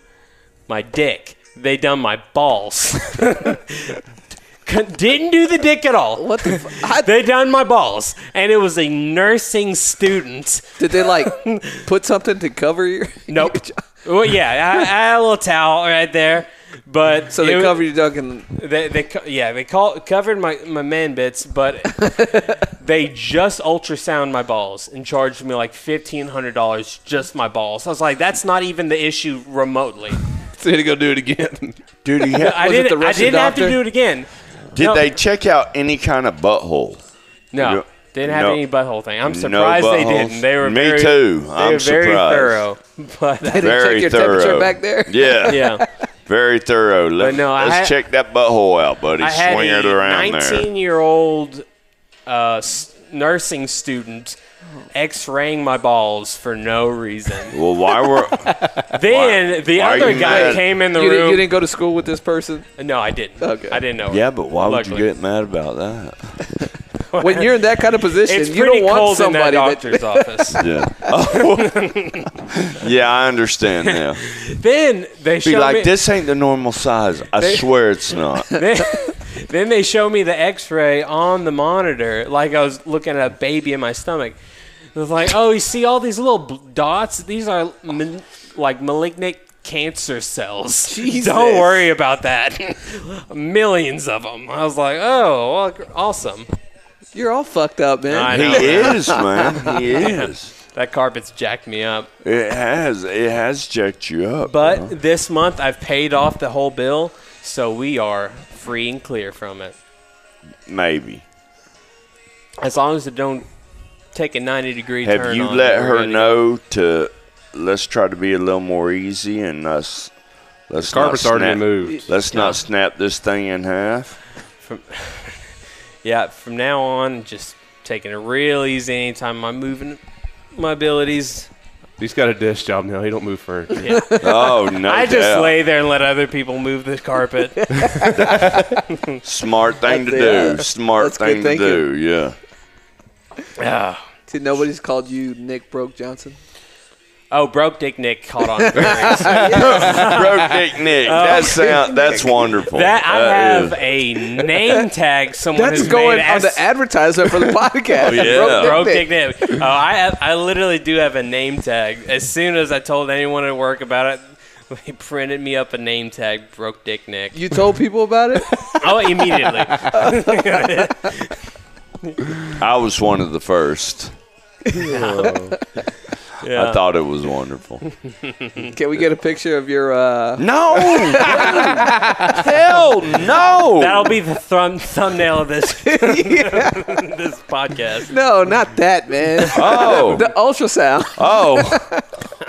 [SPEAKER 3] my dick. They done my balls. [laughs] Con- didn't do the dick at all.
[SPEAKER 2] What the? F- I,
[SPEAKER 3] [laughs] They done my balls, and it was a nursing student.
[SPEAKER 2] did they like put something to cover your?
[SPEAKER 3] Nope. well, yeah, I, I had a little towel right there,
[SPEAKER 2] [laughs]
[SPEAKER 3] but
[SPEAKER 2] So they
[SPEAKER 3] it-
[SPEAKER 2] cover your dunk and
[SPEAKER 3] [laughs] They, they co- yeah, they call, covered my my man
[SPEAKER 1] [laughs]
[SPEAKER 3] bits, but they just ultrasound my balls and charged me like fifteen hundred dollars just my balls. I was like, that's not even the issue
[SPEAKER 1] [laughs]
[SPEAKER 3] remotely.
[SPEAKER 4] So you had to go do it again.
[SPEAKER 1] Dude, he
[SPEAKER 3] [laughs]
[SPEAKER 1] ha-
[SPEAKER 3] I
[SPEAKER 2] Was it
[SPEAKER 3] didn't.
[SPEAKER 2] the
[SPEAKER 3] I
[SPEAKER 2] Russian
[SPEAKER 3] didn't have to
[SPEAKER 2] doctor?
[SPEAKER 3] do it again.
[SPEAKER 1] did
[SPEAKER 3] no.
[SPEAKER 1] they check out any kind of butthole?
[SPEAKER 3] No,
[SPEAKER 1] You-
[SPEAKER 3] didn't have
[SPEAKER 1] no.
[SPEAKER 3] any butthole thing. I'm
[SPEAKER 1] No
[SPEAKER 3] surprised they
[SPEAKER 1] buttholes?
[SPEAKER 3] didn't. They were
[SPEAKER 1] Me
[SPEAKER 3] very,
[SPEAKER 1] too.
[SPEAKER 3] They
[SPEAKER 1] I'm
[SPEAKER 3] were very
[SPEAKER 1] surprised.
[SPEAKER 3] thorough, [laughs] but
[SPEAKER 2] Did they
[SPEAKER 1] Very
[SPEAKER 2] check your
[SPEAKER 1] thorough.
[SPEAKER 2] temperature back there?
[SPEAKER 1] [laughs] Yeah,
[SPEAKER 3] yeah.
[SPEAKER 1] very thorough. Let,
[SPEAKER 3] But no, I
[SPEAKER 1] us
[SPEAKER 3] had-
[SPEAKER 1] check that butthole out, buddy.
[SPEAKER 3] I had
[SPEAKER 1] Swing it
[SPEAKER 3] a
[SPEAKER 1] around there.
[SPEAKER 3] 19 year old uh, s- nursing student x raying my balls for no reason.
[SPEAKER 1] Well, why
[SPEAKER 3] [laughs]
[SPEAKER 1] were
[SPEAKER 3] then the
[SPEAKER 1] why are
[SPEAKER 3] other
[SPEAKER 1] you
[SPEAKER 3] guy
[SPEAKER 1] mad?
[SPEAKER 3] came in the
[SPEAKER 2] You didn't,
[SPEAKER 3] room.
[SPEAKER 2] you didn't go to school with this person.
[SPEAKER 3] no, I didn't.
[SPEAKER 2] Okay.
[SPEAKER 3] I didn't know. her.
[SPEAKER 1] yeah? But why would you
[SPEAKER 3] Luckily.
[SPEAKER 1] get mad about that?
[SPEAKER 2] When you're in that kind of position,
[SPEAKER 3] It's
[SPEAKER 2] you
[SPEAKER 3] pretty
[SPEAKER 2] don't want
[SPEAKER 3] cold in that
[SPEAKER 2] somebody [laughs]
[SPEAKER 3] doctor's office.
[SPEAKER 1] Yeah. Oh. [laughs] yeah, I understand now.
[SPEAKER 3] Then they
[SPEAKER 1] Be
[SPEAKER 3] showed
[SPEAKER 1] like,
[SPEAKER 3] me.
[SPEAKER 1] this ain't the normal size. I swear it's not.
[SPEAKER 3] [laughs]
[SPEAKER 1] [laughs]
[SPEAKER 3] Then, then they show me the X-ray on the monitor, like I was looking at a baby in my stomach. It was like, oh, you see all these little bl- dots? These are mal- like malignant cancer cells. [laughs]
[SPEAKER 2] Jesus.
[SPEAKER 3] Don't worry about that. [laughs] Millions of them. I was like, oh, well, gr- awesome.
[SPEAKER 2] that you're all fucked up, man.
[SPEAKER 3] I
[SPEAKER 1] He
[SPEAKER 3] know.
[SPEAKER 1] is,
[SPEAKER 3] [laughs]
[SPEAKER 1] man. He is.
[SPEAKER 3] That carpet's jacked me up.
[SPEAKER 1] It has. It has jacked you up.
[SPEAKER 3] But
[SPEAKER 1] bro.
[SPEAKER 3] this month I've paid off the whole bill, so we are free and clear from it.
[SPEAKER 1] maybe.
[SPEAKER 3] As long as it don't take a 90 degree turn.
[SPEAKER 1] Have you
[SPEAKER 3] on,
[SPEAKER 1] let
[SPEAKER 3] we're
[SPEAKER 1] her
[SPEAKER 3] good to go.
[SPEAKER 1] know to let's try to be a little more easy and us let's
[SPEAKER 4] Carpet's
[SPEAKER 1] not
[SPEAKER 4] already
[SPEAKER 1] snap-
[SPEAKER 4] moved.
[SPEAKER 1] Let's not snap this thing in
[SPEAKER 3] [laughs]
[SPEAKER 1] half.
[SPEAKER 3] Yeah, from now on, just taking it real easy anytime I'm moving my abilities.
[SPEAKER 4] He's got a desk job now. He don't move furniture.
[SPEAKER 3] [laughs] Yeah.
[SPEAKER 1] Oh no!
[SPEAKER 3] I just
[SPEAKER 1] doubt.
[SPEAKER 3] lay there and let other people move
[SPEAKER 1] [laughs]
[SPEAKER 3] the carpet.
[SPEAKER 1] smart thing to
[SPEAKER 2] That's-
[SPEAKER 1] do.
[SPEAKER 3] uh,
[SPEAKER 1] Smart
[SPEAKER 2] that's good
[SPEAKER 1] thing to do.
[SPEAKER 2] thinking.
[SPEAKER 1] Yeah.
[SPEAKER 3] Ah.
[SPEAKER 2] See, nobody's called you Nick Broke Johnson.
[SPEAKER 3] oh, broke dick Nick caught
[SPEAKER 1] [laughs]
[SPEAKER 3] on. very soon. [laughs]
[SPEAKER 1] Broke Dick Nick. That sound. That's wonderful.
[SPEAKER 3] Oh. that I
[SPEAKER 1] That
[SPEAKER 3] have
[SPEAKER 1] is-
[SPEAKER 3] a name tag someone
[SPEAKER 2] That's
[SPEAKER 3] has
[SPEAKER 2] going
[SPEAKER 3] made
[SPEAKER 2] on
[SPEAKER 3] as-
[SPEAKER 2] the advertisement
[SPEAKER 3] [laughs]
[SPEAKER 2] for the
[SPEAKER 1] yeah.
[SPEAKER 2] podcast. Broke Dick
[SPEAKER 3] Oh, Broke
[SPEAKER 2] Nick.
[SPEAKER 3] Dick Nick. Oh, I I literally do have a name tag. As soon as I told anyone at work about it, [laughs] they printed me up a name tag. Broke Dick Nick.
[SPEAKER 2] You told people about it.
[SPEAKER 3] [laughs] Oh, immediately.
[SPEAKER 1] I was one of the first.
[SPEAKER 3] Yeah.
[SPEAKER 1] I thought it was [laughs] wonderful.
[SPEAKER 2] Can we get a picture of your? uh
[SPEAKER 1] [laughs] No, hell no.
[SPEAKER 3] That'll be the thrum- thumbnail of this [laughs] this podcast.
[SPEAKER 2] No, not that,
[SPEAKER 3] [laughs]
[SPEAKER 2] man.
[SPEAKER 1] [laughs] oh,
[SPEAKER 2] the ultrasound.
[SPEAKER 1] Oh.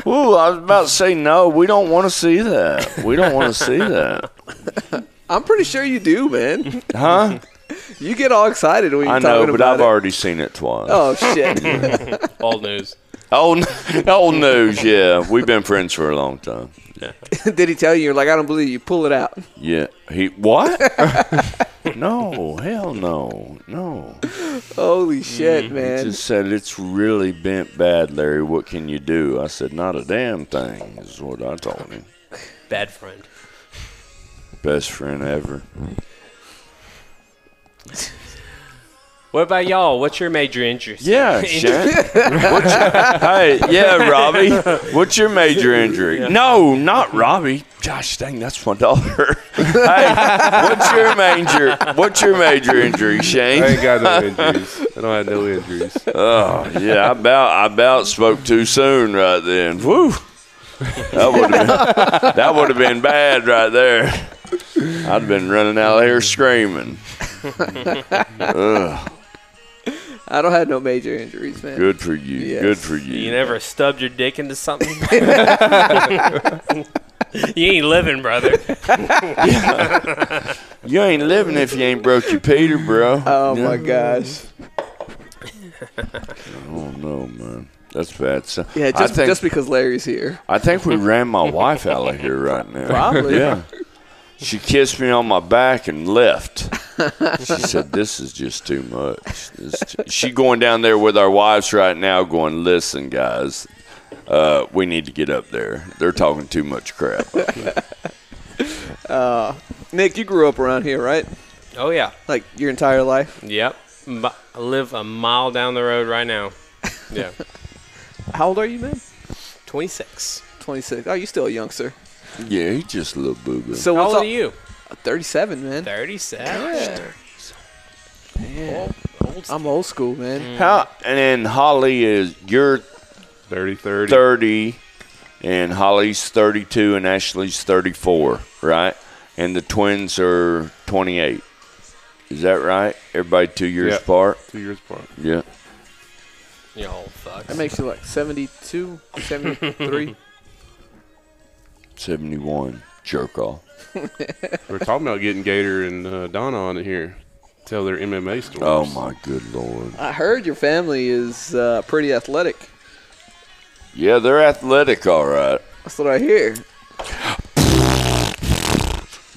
[SPEAKER 1] Ooh, I was about to say no. We don't want to see that. We don't want to see that.
[SPEAKER 2] I'm pretty sure you do, man.
[SPEAKER 1] Huh?
[SPEAKER 2] You get all excited when
[SPEAKER 1] [laughs]
[SPEAKER 2] you're
[SPEAKER 1] I know,
[SPEAKER 2] talking
[SPEAKER 1] but
[SPEAKER 2] about
[SPEAKER 1] I've
[SPEAKER 2] it.
[SPEAKER 1] already seen it twice.
[SPEAKER 2] Oh
[SPEAKER 3] [laughs]
[SPEAKER 2] shit! [laughs]
[SPEAKER 3] Old news.
[SPEAKER 1] [laughs] Old, old news, yeah. We've been friends for a long time.
[SPEAKER 2] Did he tell you? You're like, I don't believe you. Pull it out.
[SPEAKER 1] Yeah. He what? [laughs] no, hell no. No.
[SPEAKER 3] Mm,
[SPEAKER 2] Holy shit, man!
[SPEAKER 1] Just said it's really bent bad, Larry. What can you do? I said, Not a damn thing is what I told him.
[SPEAKER 3] Bad friend.
[SPEAKER 1] Best friend ever.
[SPEAKER 3] What about y'all? What's your major interest? [laughs]
[SPEAKER 1] Yeah, Shaq. What's your- hey, yeah, Robbie. What's your major injury? No, not Robbie. Gosh dang, that's my daughter. [laughs] hey, what's your major? What's your major injury,
[SPEAKER 4] I
[SPEAKER 1] Shane?
[SPEAKER 4] ain't got
[SPEAKER 3] [laughs]
[SPEAKER 4] no injuries. I don't have no injuries.
[SPEAKER 1] Oh, yeah, I about I about spoke too soon right then. Woo. That would have been, that would have been bad right there. I'd have been running out of here screaming. Ugh.
[SPEAKER 2] I don't have no major injuries, man.
[SPEAKER 1] Good for you.
[SPEAKER 2] Yes.
[SPEAKER 1] Good for you.
[SPEAKER 3] You never stubbed your dick into something? [laughs] you ain't living, brother.
[SPEAKER 1] You ain't living if you ain't broke your Peter, bro.
[SPEAKER 2] Oh
[SPEAKER 1] Yeah.
[SPEAKER 2] my gosh.
[SPEAKER 1] I don't know, Oh, man. That's bad. So,
[SPEAKER 2] Yeah, just
[SPEAKER 1] I think
[SPEAKER 2] just because Larry's here.
[SPEAKER 1] I think
[SPEAKER 2] [laughs]
[SPEAKER 1] we ran my wife out of here right now.
[SPEAKER 2] Probably.
[SPEAKER 1] Yeah. She kissed me on my back and left. She said, "This is just too much." This is too-" She going down there with our wives right now, going, "Listen, guys, uh, we need to get up there. They're talking too much crap."
[SPEAKER 2] Nick, you grew up around here, right?
[SPEAKER 3] Oh, yeah.
[SPEAKER 2] Like your entire life.
[SPEAKER 3] Yep. M- I live a mile down the road
[SPEAKER 2] [laughs]
[SPEAKER 3] right now. Yeah.
[SPEAKER 2] How old are you, man?
[SPEAKER 3] 26.
[SPEAKER 2] 26. Oh, you still a youngster.
[SPEAKER 1] Yeah, he's just a little boo boo.
[SPEAKER 2] So
[SPEAKER 3] How
[SPEAKER 2] what's
[SPEAKER 3] old
[SPEAKER 2] up?
[SPEAKER 3] are you?
[SPEAKER 2] 37, man.
[SPEAKER 3] 37.
[SPEAKER 2] Yeah.
[SPEAKER 3] Old
[SPEAKER 2] I'm old school,
[SPEAKER 3] Mm.
[SPEAKER 2] man.
[SPEAKER 1] how? And then Holly is you're
[SPEAKER 4] 30 30.
[SPEAKER 1] 30, and Holly's 32, and Ashley's 34, right? And the twins are 28. Is that right? Everybody two years
[SPEAKER 4] Yep.
[SPEAKER 1] apart?
[SPEAKER 4] Two years apart.
[SPEAKER 1] Yeah.
[SPEAKER 3] You old fuck.
[SPEAKER 2] That makes you like 72,
[SPEAKER 3] [laughs]
[SPEAKER 2] 73.
[SPEAKER 1] 71. Jerk off.
[SPEAKER 4] We were talking about getting Gator and uh, Donna on here. Tell their MMA stories.
[SPEAKER 1] Oh, my good Lord.
[SPEAKER 2] I heard your family is uh, pretty athletic.
[SPEAKER 1] Yeah, they're athletic, all right.
[SPEAKER 2] That's what I hear.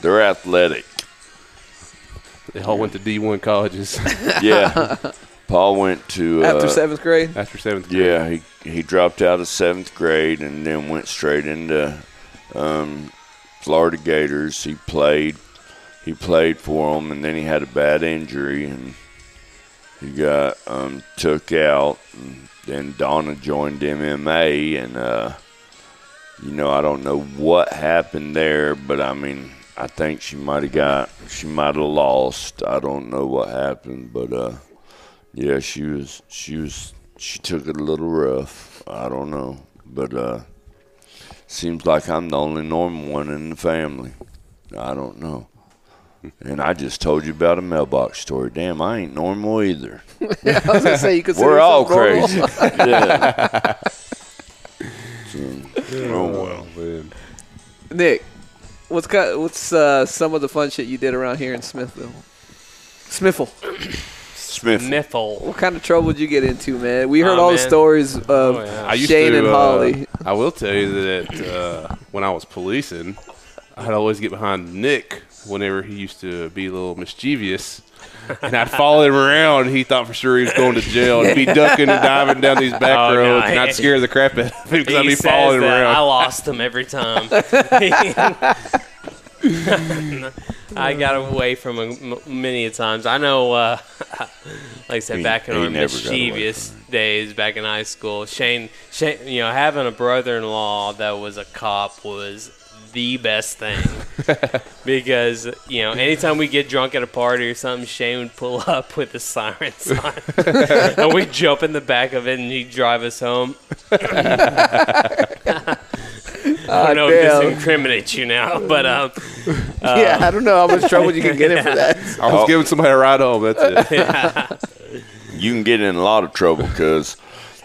[SPEAKER 1] They're athletic.
[SPEAKER 4] They all went to D1 colleges [laughs]
[SPEAKER 1] Yeah. Paul went to.
[SPEAKER 2] After
[SPEAKER 1] uh,
[SPEAKER 2] seventh grade,
[SPEAKER 4] after seventh grade.
[SPEAKER 1] Yeah, he, he dropped out of seventh grade and then went straight into um, Florida Gators. He played, he played for them, and then he had a bad injury and he got um, took out. And then Donna joined MMA, and uh, you know I don't know what happened there, but I mean I think she might have got she might have lost. I don't know what happened, but. Uh, yeah, she was she was she took it a little rough. I don't know. But uh seems like I'm the only normal one in the family. I don't know. And I just told you about a mailbox story. Damn, I ain't normal either.
[SPEAKER 2] [laughs] I was gonna say you consider
[SPEAKER 1] We're all
[SPEAKER 2] yourself normal.
[SPEAKER 1] crazy. [laughs]
[SPEAKER 2] [laughs]
[SPEAKER 1] yeah. So, oh well.
[SPEAKER 4] man.
[SPEAKER 2] Nick, what's got what's uh, some of the fun shit you did around here in Smithville? Smithville.
[SPEAKER 1] Smith.
[SPEAKER 3] Miffle.
[SPEAKER 2] What kind of trouble did you get into, man? We heard
[SPEAKER 3] Oh,
[SPEAKER 2] all the
[SPEAKER 3] man.
[SPEAKER 2] stories of
[SPEAKER 3] Oh, yeah.
[SPEAKER 4] I used
[SPEAKER 2] Shane
[SPEAKER 4] to,
[SPEAKER 2] and
[SPEAKER 4] uh, [laughs]
[SPEAKER 2] Holly.
[SPEAKER 4] I will tell you that uh, when I was policing, I'd always get behind Nick whenever he used to be a little mischievous. And I'd follow him around. He thought for sure he was going to jail. He'd be ducking and diving down these back
[SPEAKER 3] Oh, no,
[SPEAKER 4] roads, and
[SPEAKER 3] he-
[SPEAKER 4] I'd scare the crap out of him because I'd
[SPEAKER 3] He
[SPEAKER 4] be
[SPEAKER 3] says
[SPEAKER 4] following him
[SPEAKER 3] that I
[SPEAKER 4] around.
[SPEAKER 3] lost him
[SPEAKER 1] [laughs]
[SPEAKER 3] every time. I got away from him m- many a times. I know, uh, [laughs] like I said,
[SPEAKER 1] He-
[SPEAKER 3] back in
[SPEAKER 1] he
[SPEAKER 3] our
[SPEAKER 1] never got away from
[SPEAKER 3] mischievous days back in high school, Shane, Shane, you know, having a brother-in-law that was a cop was the
[SPEAKER 1] [laughs]
[SPEAKER 3] best thing because you know anytime we get drunk at a party or something shane would pull [laughs] up with the sirens
[SPEAKER 1] [laughs]
[SPEAKER 3] on and we'd jump in the back of it and he'd drive us home I don't know if
[SPEAKER 2] Ah, damn.
[SPEAKER 3] this incriminates you now, [laughs] but um,
[SPEAKER 2] [laughs] yeah, I don't know how much trouble you can get
[SPEAKER 4] [laughs]
[SPEAKER 2] in for that. [laughs]
[SPEAKER 4] I was giving somebody a ride home. That's it.
[SPEAKER 3] [laughs]
[SPEAKER 1] you can get in a lot of trouble because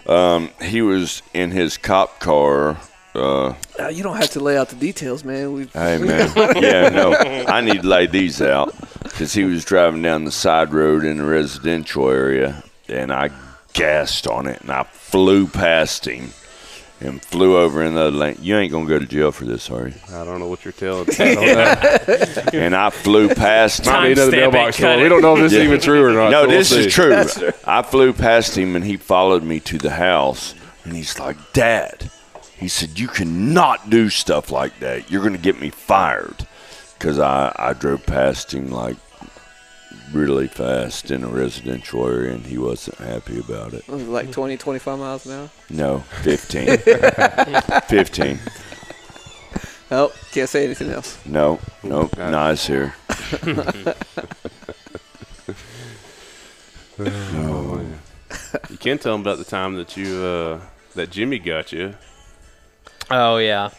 [SPEAKER 1] um, he was in his cop car. Uh,
[SPEAKER 2] Uh, you don't have to lay out the details, man. We
[SPEAKER 4] Uh,
[SPEAKER 1] Hey man, yeah, no, I need to lay these out because he was driving down the side road in the residential area, and I gassed on it, and I flew past him and flew over in the other lane. You ain't gonna go to jail for this, are you?
[SPEAKER 4] [laughs] I don't know what you're telling. me. I don't know.
[SPEAKER 1] And I flew past him.
[SPEAKER 4] Need another
[SPEAKER 3] Timestamp it,
[SPEAKER 4] mailbox
[SPEAKER 3] cut
[SPEAKER 4] story.
[SPEAKER 3] it.
[SPEAKER 4] We don't know if this
[SPEAKER 1] Yeah.
[SPEAKER 4] is even true or not.
[SPEAKER 1] No,
[SPEAKER 4] so we'll
[SPEAKER 1] this
[SPEAKER 4] see.
[SPEAKER 1] is true. I flew past him and he followed me to the house and he's like, Dad, he said, you cannot do stuff like that. You're going to get me fired. Because I, I drove past him like really fast in a residential area and he wasn't happy about it.
[SPEAKER 2] was it like 20, 25 miles an hour.
[SPEAKER 1] No, 15. 15.
[SPEAKER 2] Oh, can't say anything else.
[SPEAKER 1] No, no,
[SPEAKER 4] God.
[SPEAKER 1] nice here. No.
[SPEAKER 4] You can tell them about the time that you uh, that Jimmy got you.
[SPEAKER 3] oh yeah,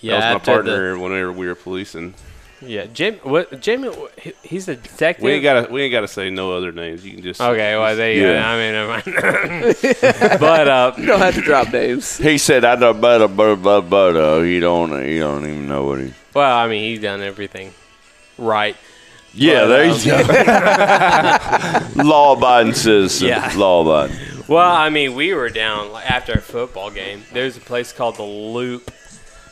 [SPEAKER 3] yeah.
[SPEAKER 4] that was
[SPEAKER 3] after
[SPEAKER 4] my
[SPEAKER 3] the-
[SPEAKER 4] partner whenever we were policing.
[SPEAKER 3] Yeah, Jim. What Jamie? wh- he- He's a detective.
[SPEAKER 4] We ain't gotta we ain't gotta say no other names. You can just
[SPEAKER 3] Okay, well there you go.
[SPEAKER 1] Yeah.
[SPEAKER 3] I mean, never
[SPEAKER 4] [laughs]
[SPEAKER 3] mind. [laughs] but
[SPEAKER 2] You don't
[SPEAKER 3] uh,
[SPEAKER 2] have to drop names.
[SPEAKER 1] He said, "I don't, but, but, but, but, uh, he don't, he don't even know what he."
[SPEAKER 3] well, I mean, he's done everything right.
[SPEAKER 1] Yeah,
[SPEAKER 3] But,
[SPEAKER 1] there you
[SPEAKER 2] um, [laughs]
[SPEAKER 1] go. Law-abiding citizen.
[SPEAKER 3] Yeah.
[SPEAKER 1] Law-abiding.
[SPEAKER 3] Well, I mean, we were down like, after a football game. There's a place called the Loop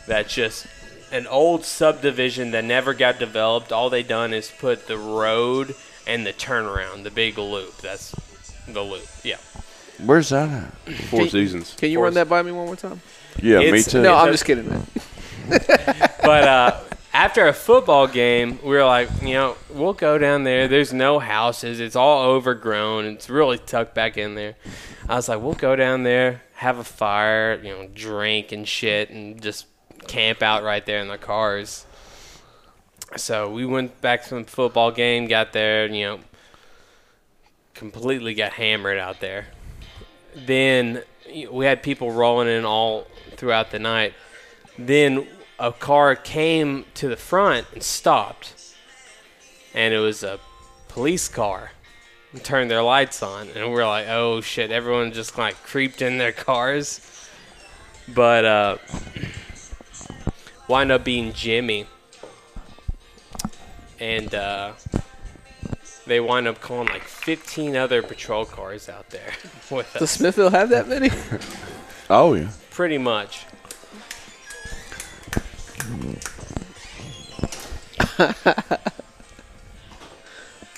[SPEAKER 3] that's just an old subdivision that never got developed. All they done is put the road and the turnaround, the big loop. That's the loop. Yeah.
[SPEAKER 1] Where's that at?
[SPEAKER 4] four seasons.
[SPEAKER 2] Can you run that by me one more time?
[SPEAKER 1] Yeah, me
[SPEAKER 3] It's-
[SPEAKER 1] too.
[SPEAKER 2] No, I'm
[SPEAKER 3] that's-
[SPEAKER 2] just kidding, man.
[SPEAKER 3] but uh, after a football game, we were like, you know, we'll go down there. There's no houses. It's all overgrown. It's really tucked back in there. I was like, we'll go down there, have a fire, you know, drink and shit, and just camp out right there in the cars. So we went back to the football game, got there, you know, completely got hammered out there. Then you know, we had people rolling in all throughout the night then a car came to the front and stopped and it was a police car and turned their lights on and we're like oh shit everyone just like creeped in their cars but uh wind up being jimmy and uh they wind up calling like 15 other patrol cars out there [laughs] with
[SPEAKER 2] Does
[SPEAKER 3] us
[SPEAKER 2] Smithville have that many?
[SPEAKER 1] Oh yeah.
[SPEAKER 3] pretty much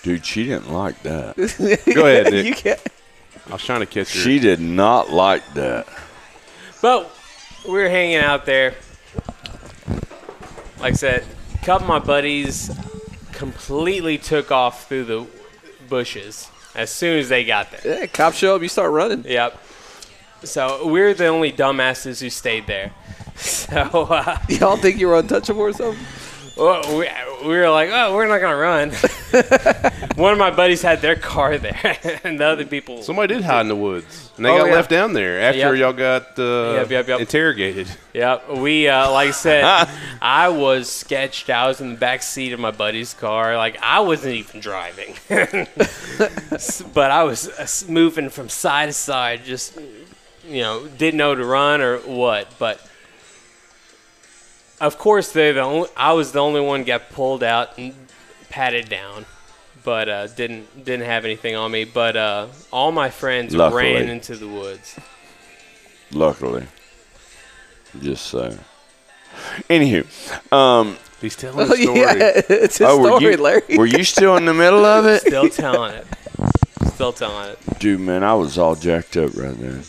[SPEAKER 1] Dude, she didn't like that.
[SPEAKER 4] [laughs] Go ahead,
[SPEAKER 2] [laughs]
[SPEAKER 4] Nick.
[SPEAKER 2] you can't.
[SPEAKER 4] I was trying to catch your
[SPEAKER 1] She did not like that.
[SPEAKER 3] But we were hanging out there. Like I said, a couple of my buddies completely took off through the bushes as soon as they got there.
[SPEAKER 2] Yeah, cops show up, you start running. [laughs]
[SPEAKER 3] Yep. So we're the only dumbasses who stayed there. [laughs] So uh, [laughs]
[SPEAKER 2] Y'all think you were untouchable or something?
[SPEAKER 3] well, we, we were like, oh, we're not going to run. [laughs] One of my buddies had their car there, [laughs] and the other people.
[SPEAKER 4] Somebody did hide in the woods, and they
[SPEAKER 3] Oh,
[SPEAKER 4] got
[SPEAKER 3] yeah.
[SPEAKER 4] left down there after
[SPEAKER 3] Yep.
[SPEAKER 4] y'all got uh,
[SPEAKER 3] Yep, yep, yep.
[SPEAKER 4] interrogated.
[SPEAKER 3] Yep, we uh, like I said, I was sketched. I was in the back seat of my buddy's car. Like I wasn't even driving, [laughs] S- but I was uh, s- moving from side to side. Just you know, didn't know to run or what. But of course, they the only. I was the only one got pulled out and patted down, but uh, didn't didn't have anything on me. But uh, all my friends
[SPEAKER 1] Luckily.
[SPEAKER 3] ran into the woods.
[SPEAKER 1] Luckily. Just so. Anywho, um,
[SPEAKER 4] He's telling
[SPEAKER 2] Oh,
[SPEAKER 4] a
[SPEAKER 2] [laughs]
[SPEAKER 4] story.
[SPEAKER 2] yeah. It's his
[SPEAKER 1] oh, were
[SPEAKER 2] story,
[SPEAKER 1] you
[SPEAKER 2] Larry.
[SPEAKER 1] were you still in the middle of
[SPEAKER 2] [laughs]
[SPEAKER 1] it?
[SPEAKER 3] Still telling it. Still telling it.
[SPEAKER 1] Dude, man, I was all jacked up right there.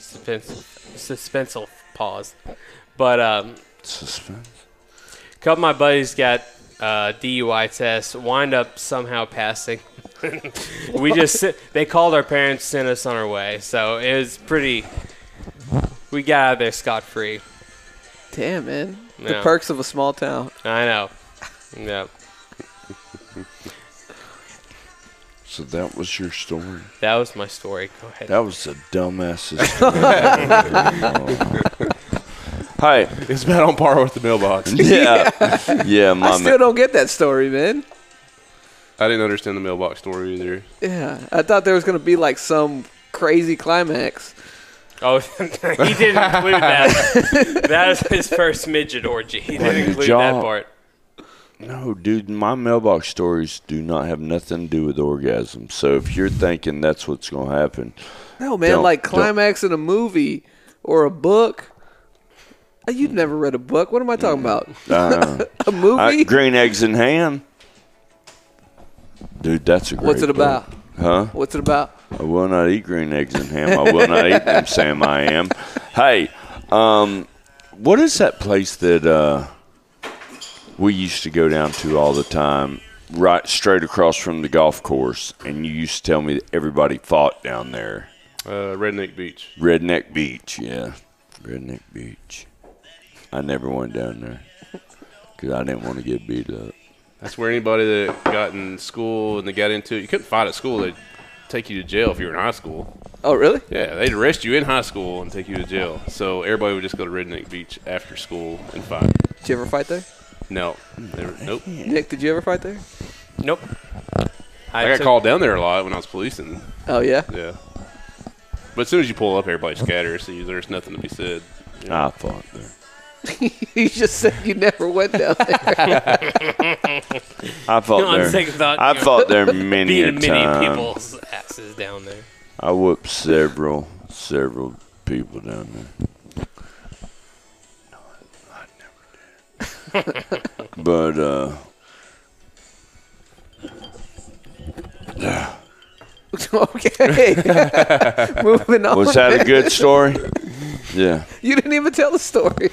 [SPEAKER 3] suspense, suspenseful pause. But um,
[SPEAKER 1] Suspense.
[SPEAKER 3] a couple of my buddies got uh, DUI tests, wind up somehow passing. [laughs] we just sit, they called our parents, sent us on our way. So it was pretty. We got out of there scot free.
[SPEAKER 2] Damn, man. The
[SPEAKER 3] Yeah.
[SPEAKER 2] perks of a small town.
[SPEAKER 3] I know. Yeah,
[SPEAKER 1] So that was your story.
[SPEAKER 3] that was my story. Go ahead.
[SPEAKER 1] That was the dumbest story.
[SPEAKER 2] [laughs]
[SPEAKER 1] Hi.
[SPEAKER 4] [laughs] It's about on par with the
[SPEAKER 2] [laughs]
[SPEAKER 4] mailbox.
[SPEAKER 1] Yeah. Yeah, my
[SPEAKER 2] I
[SPEAKER 1] man.
[SPEAKER 2] still don't get that story, man.
[SPEAKER 4] I didn't understand the mailbox story either.
[SPEAKER 2] Yeah, I thought there was gonna be like some crazy climax.
[SPEAKER 3] Oh, [laughs] he didn't include that. that was his first midget orgy. He
[SPEAKER 1] Like
[SPEAKER 3] didn't
[SPEAKER 1] a
[SPEAKER 3] include
[SPEAKER 1] jaw-
[SPEAKER 3] that part.
[SPEAKER 1] No, dude, my mailbox stories do not have nothing to do with orgasm. So if you're thinking that's what's going to happen,
[SPEAKER 2] No, man,
[SPEAKER 1] Don't-
[SPEAKER 2] like
[SPEAKER 1] don't-
[SPEAKER 2] climax in a movie or a book. Uh, You've never read a book. What am I talking about?
[SPEAKER 1] uh,
[SPEAKER 2] [laughs] A movie?
[SPEAKER 1] I- green eggs and ham. Dude, that's a great
[SPEAKER 2] What's it
[SPEAKER 1] book.
[SPEAKER 2] about?
[SPEAKER 1] Huh?
[SPEAKER 2] What's it about?
[SPEAKER 1] I will not eat green eggs and ham. I will not eat them, Sam. I am. Hey, um, what is that place that uh, we used to go down to all the time? Right, straight across from the golf course, and you used to tell me that everybody fought down there.
[SPEAKER 4] Uh, Redneck Beach.
[SPEAKER 1] Redneck Beach, yeah. Redneck Beach. I never went down there because I didn't want to get beat up.
[SPEAKER 4] That's where anybody that got in school and they got into it, you couldn't fight at school. They'd take you to jail if you were in high school.
[SPEAKER 2] Oh, really?
[SPEAKER 4] Yeah, they'd arrest you in high school and take you to jail. So everybody would just go to Redneck Beach after school and fight.
[SPEAKER 2] Did you ever fight there?
[SPEAKER 4] No. They were- nope.
[SPEAKER 2] Nick, did you ever fight there?
[SPEAKER 3] Nope.
[SPEAKER 4] I got
[SPEAKER 3] took-
[SPEAKER 4] called down there a lot when I was policing.
[SPEAKER 2] Oh yeah. [laughs]
[SPEAKER 4] Yeah. But as soon as you pull up, everybody scatters, so you- there's nothing to be said.
[SPEAKER 1] I fought there.
[SPEAKER 2] you just said you never went down there. [laughs]
[SPEAKER 1] I fought
[SPEAKER 3] [laughs] On
[SPEAKER 1] there.
[SPEAKER 3] second thought,
[SPEAKER 1] I
[SPEAKER 3] you know,
[SPEAKER 1] fought there many a
[SPEAKER 3] [laughs] Beating
[SPEAKER 1] time.
[SPEAKER 3] many people's asses down there.
[SPEAKER 1] I whooped several, several people down there.
[SPEAKER 3] [laughs]
[SPEAKER 1] No, I, I never did. but uh,
[SPEAKER 2] okay. [laughs] Moving
[SPEAKER 3] Oh,
[SPEAKER 2] on.
[SPEAKER 1] was that a good story? Yeah.
[SPEAKER 2] you didn't even tell the story.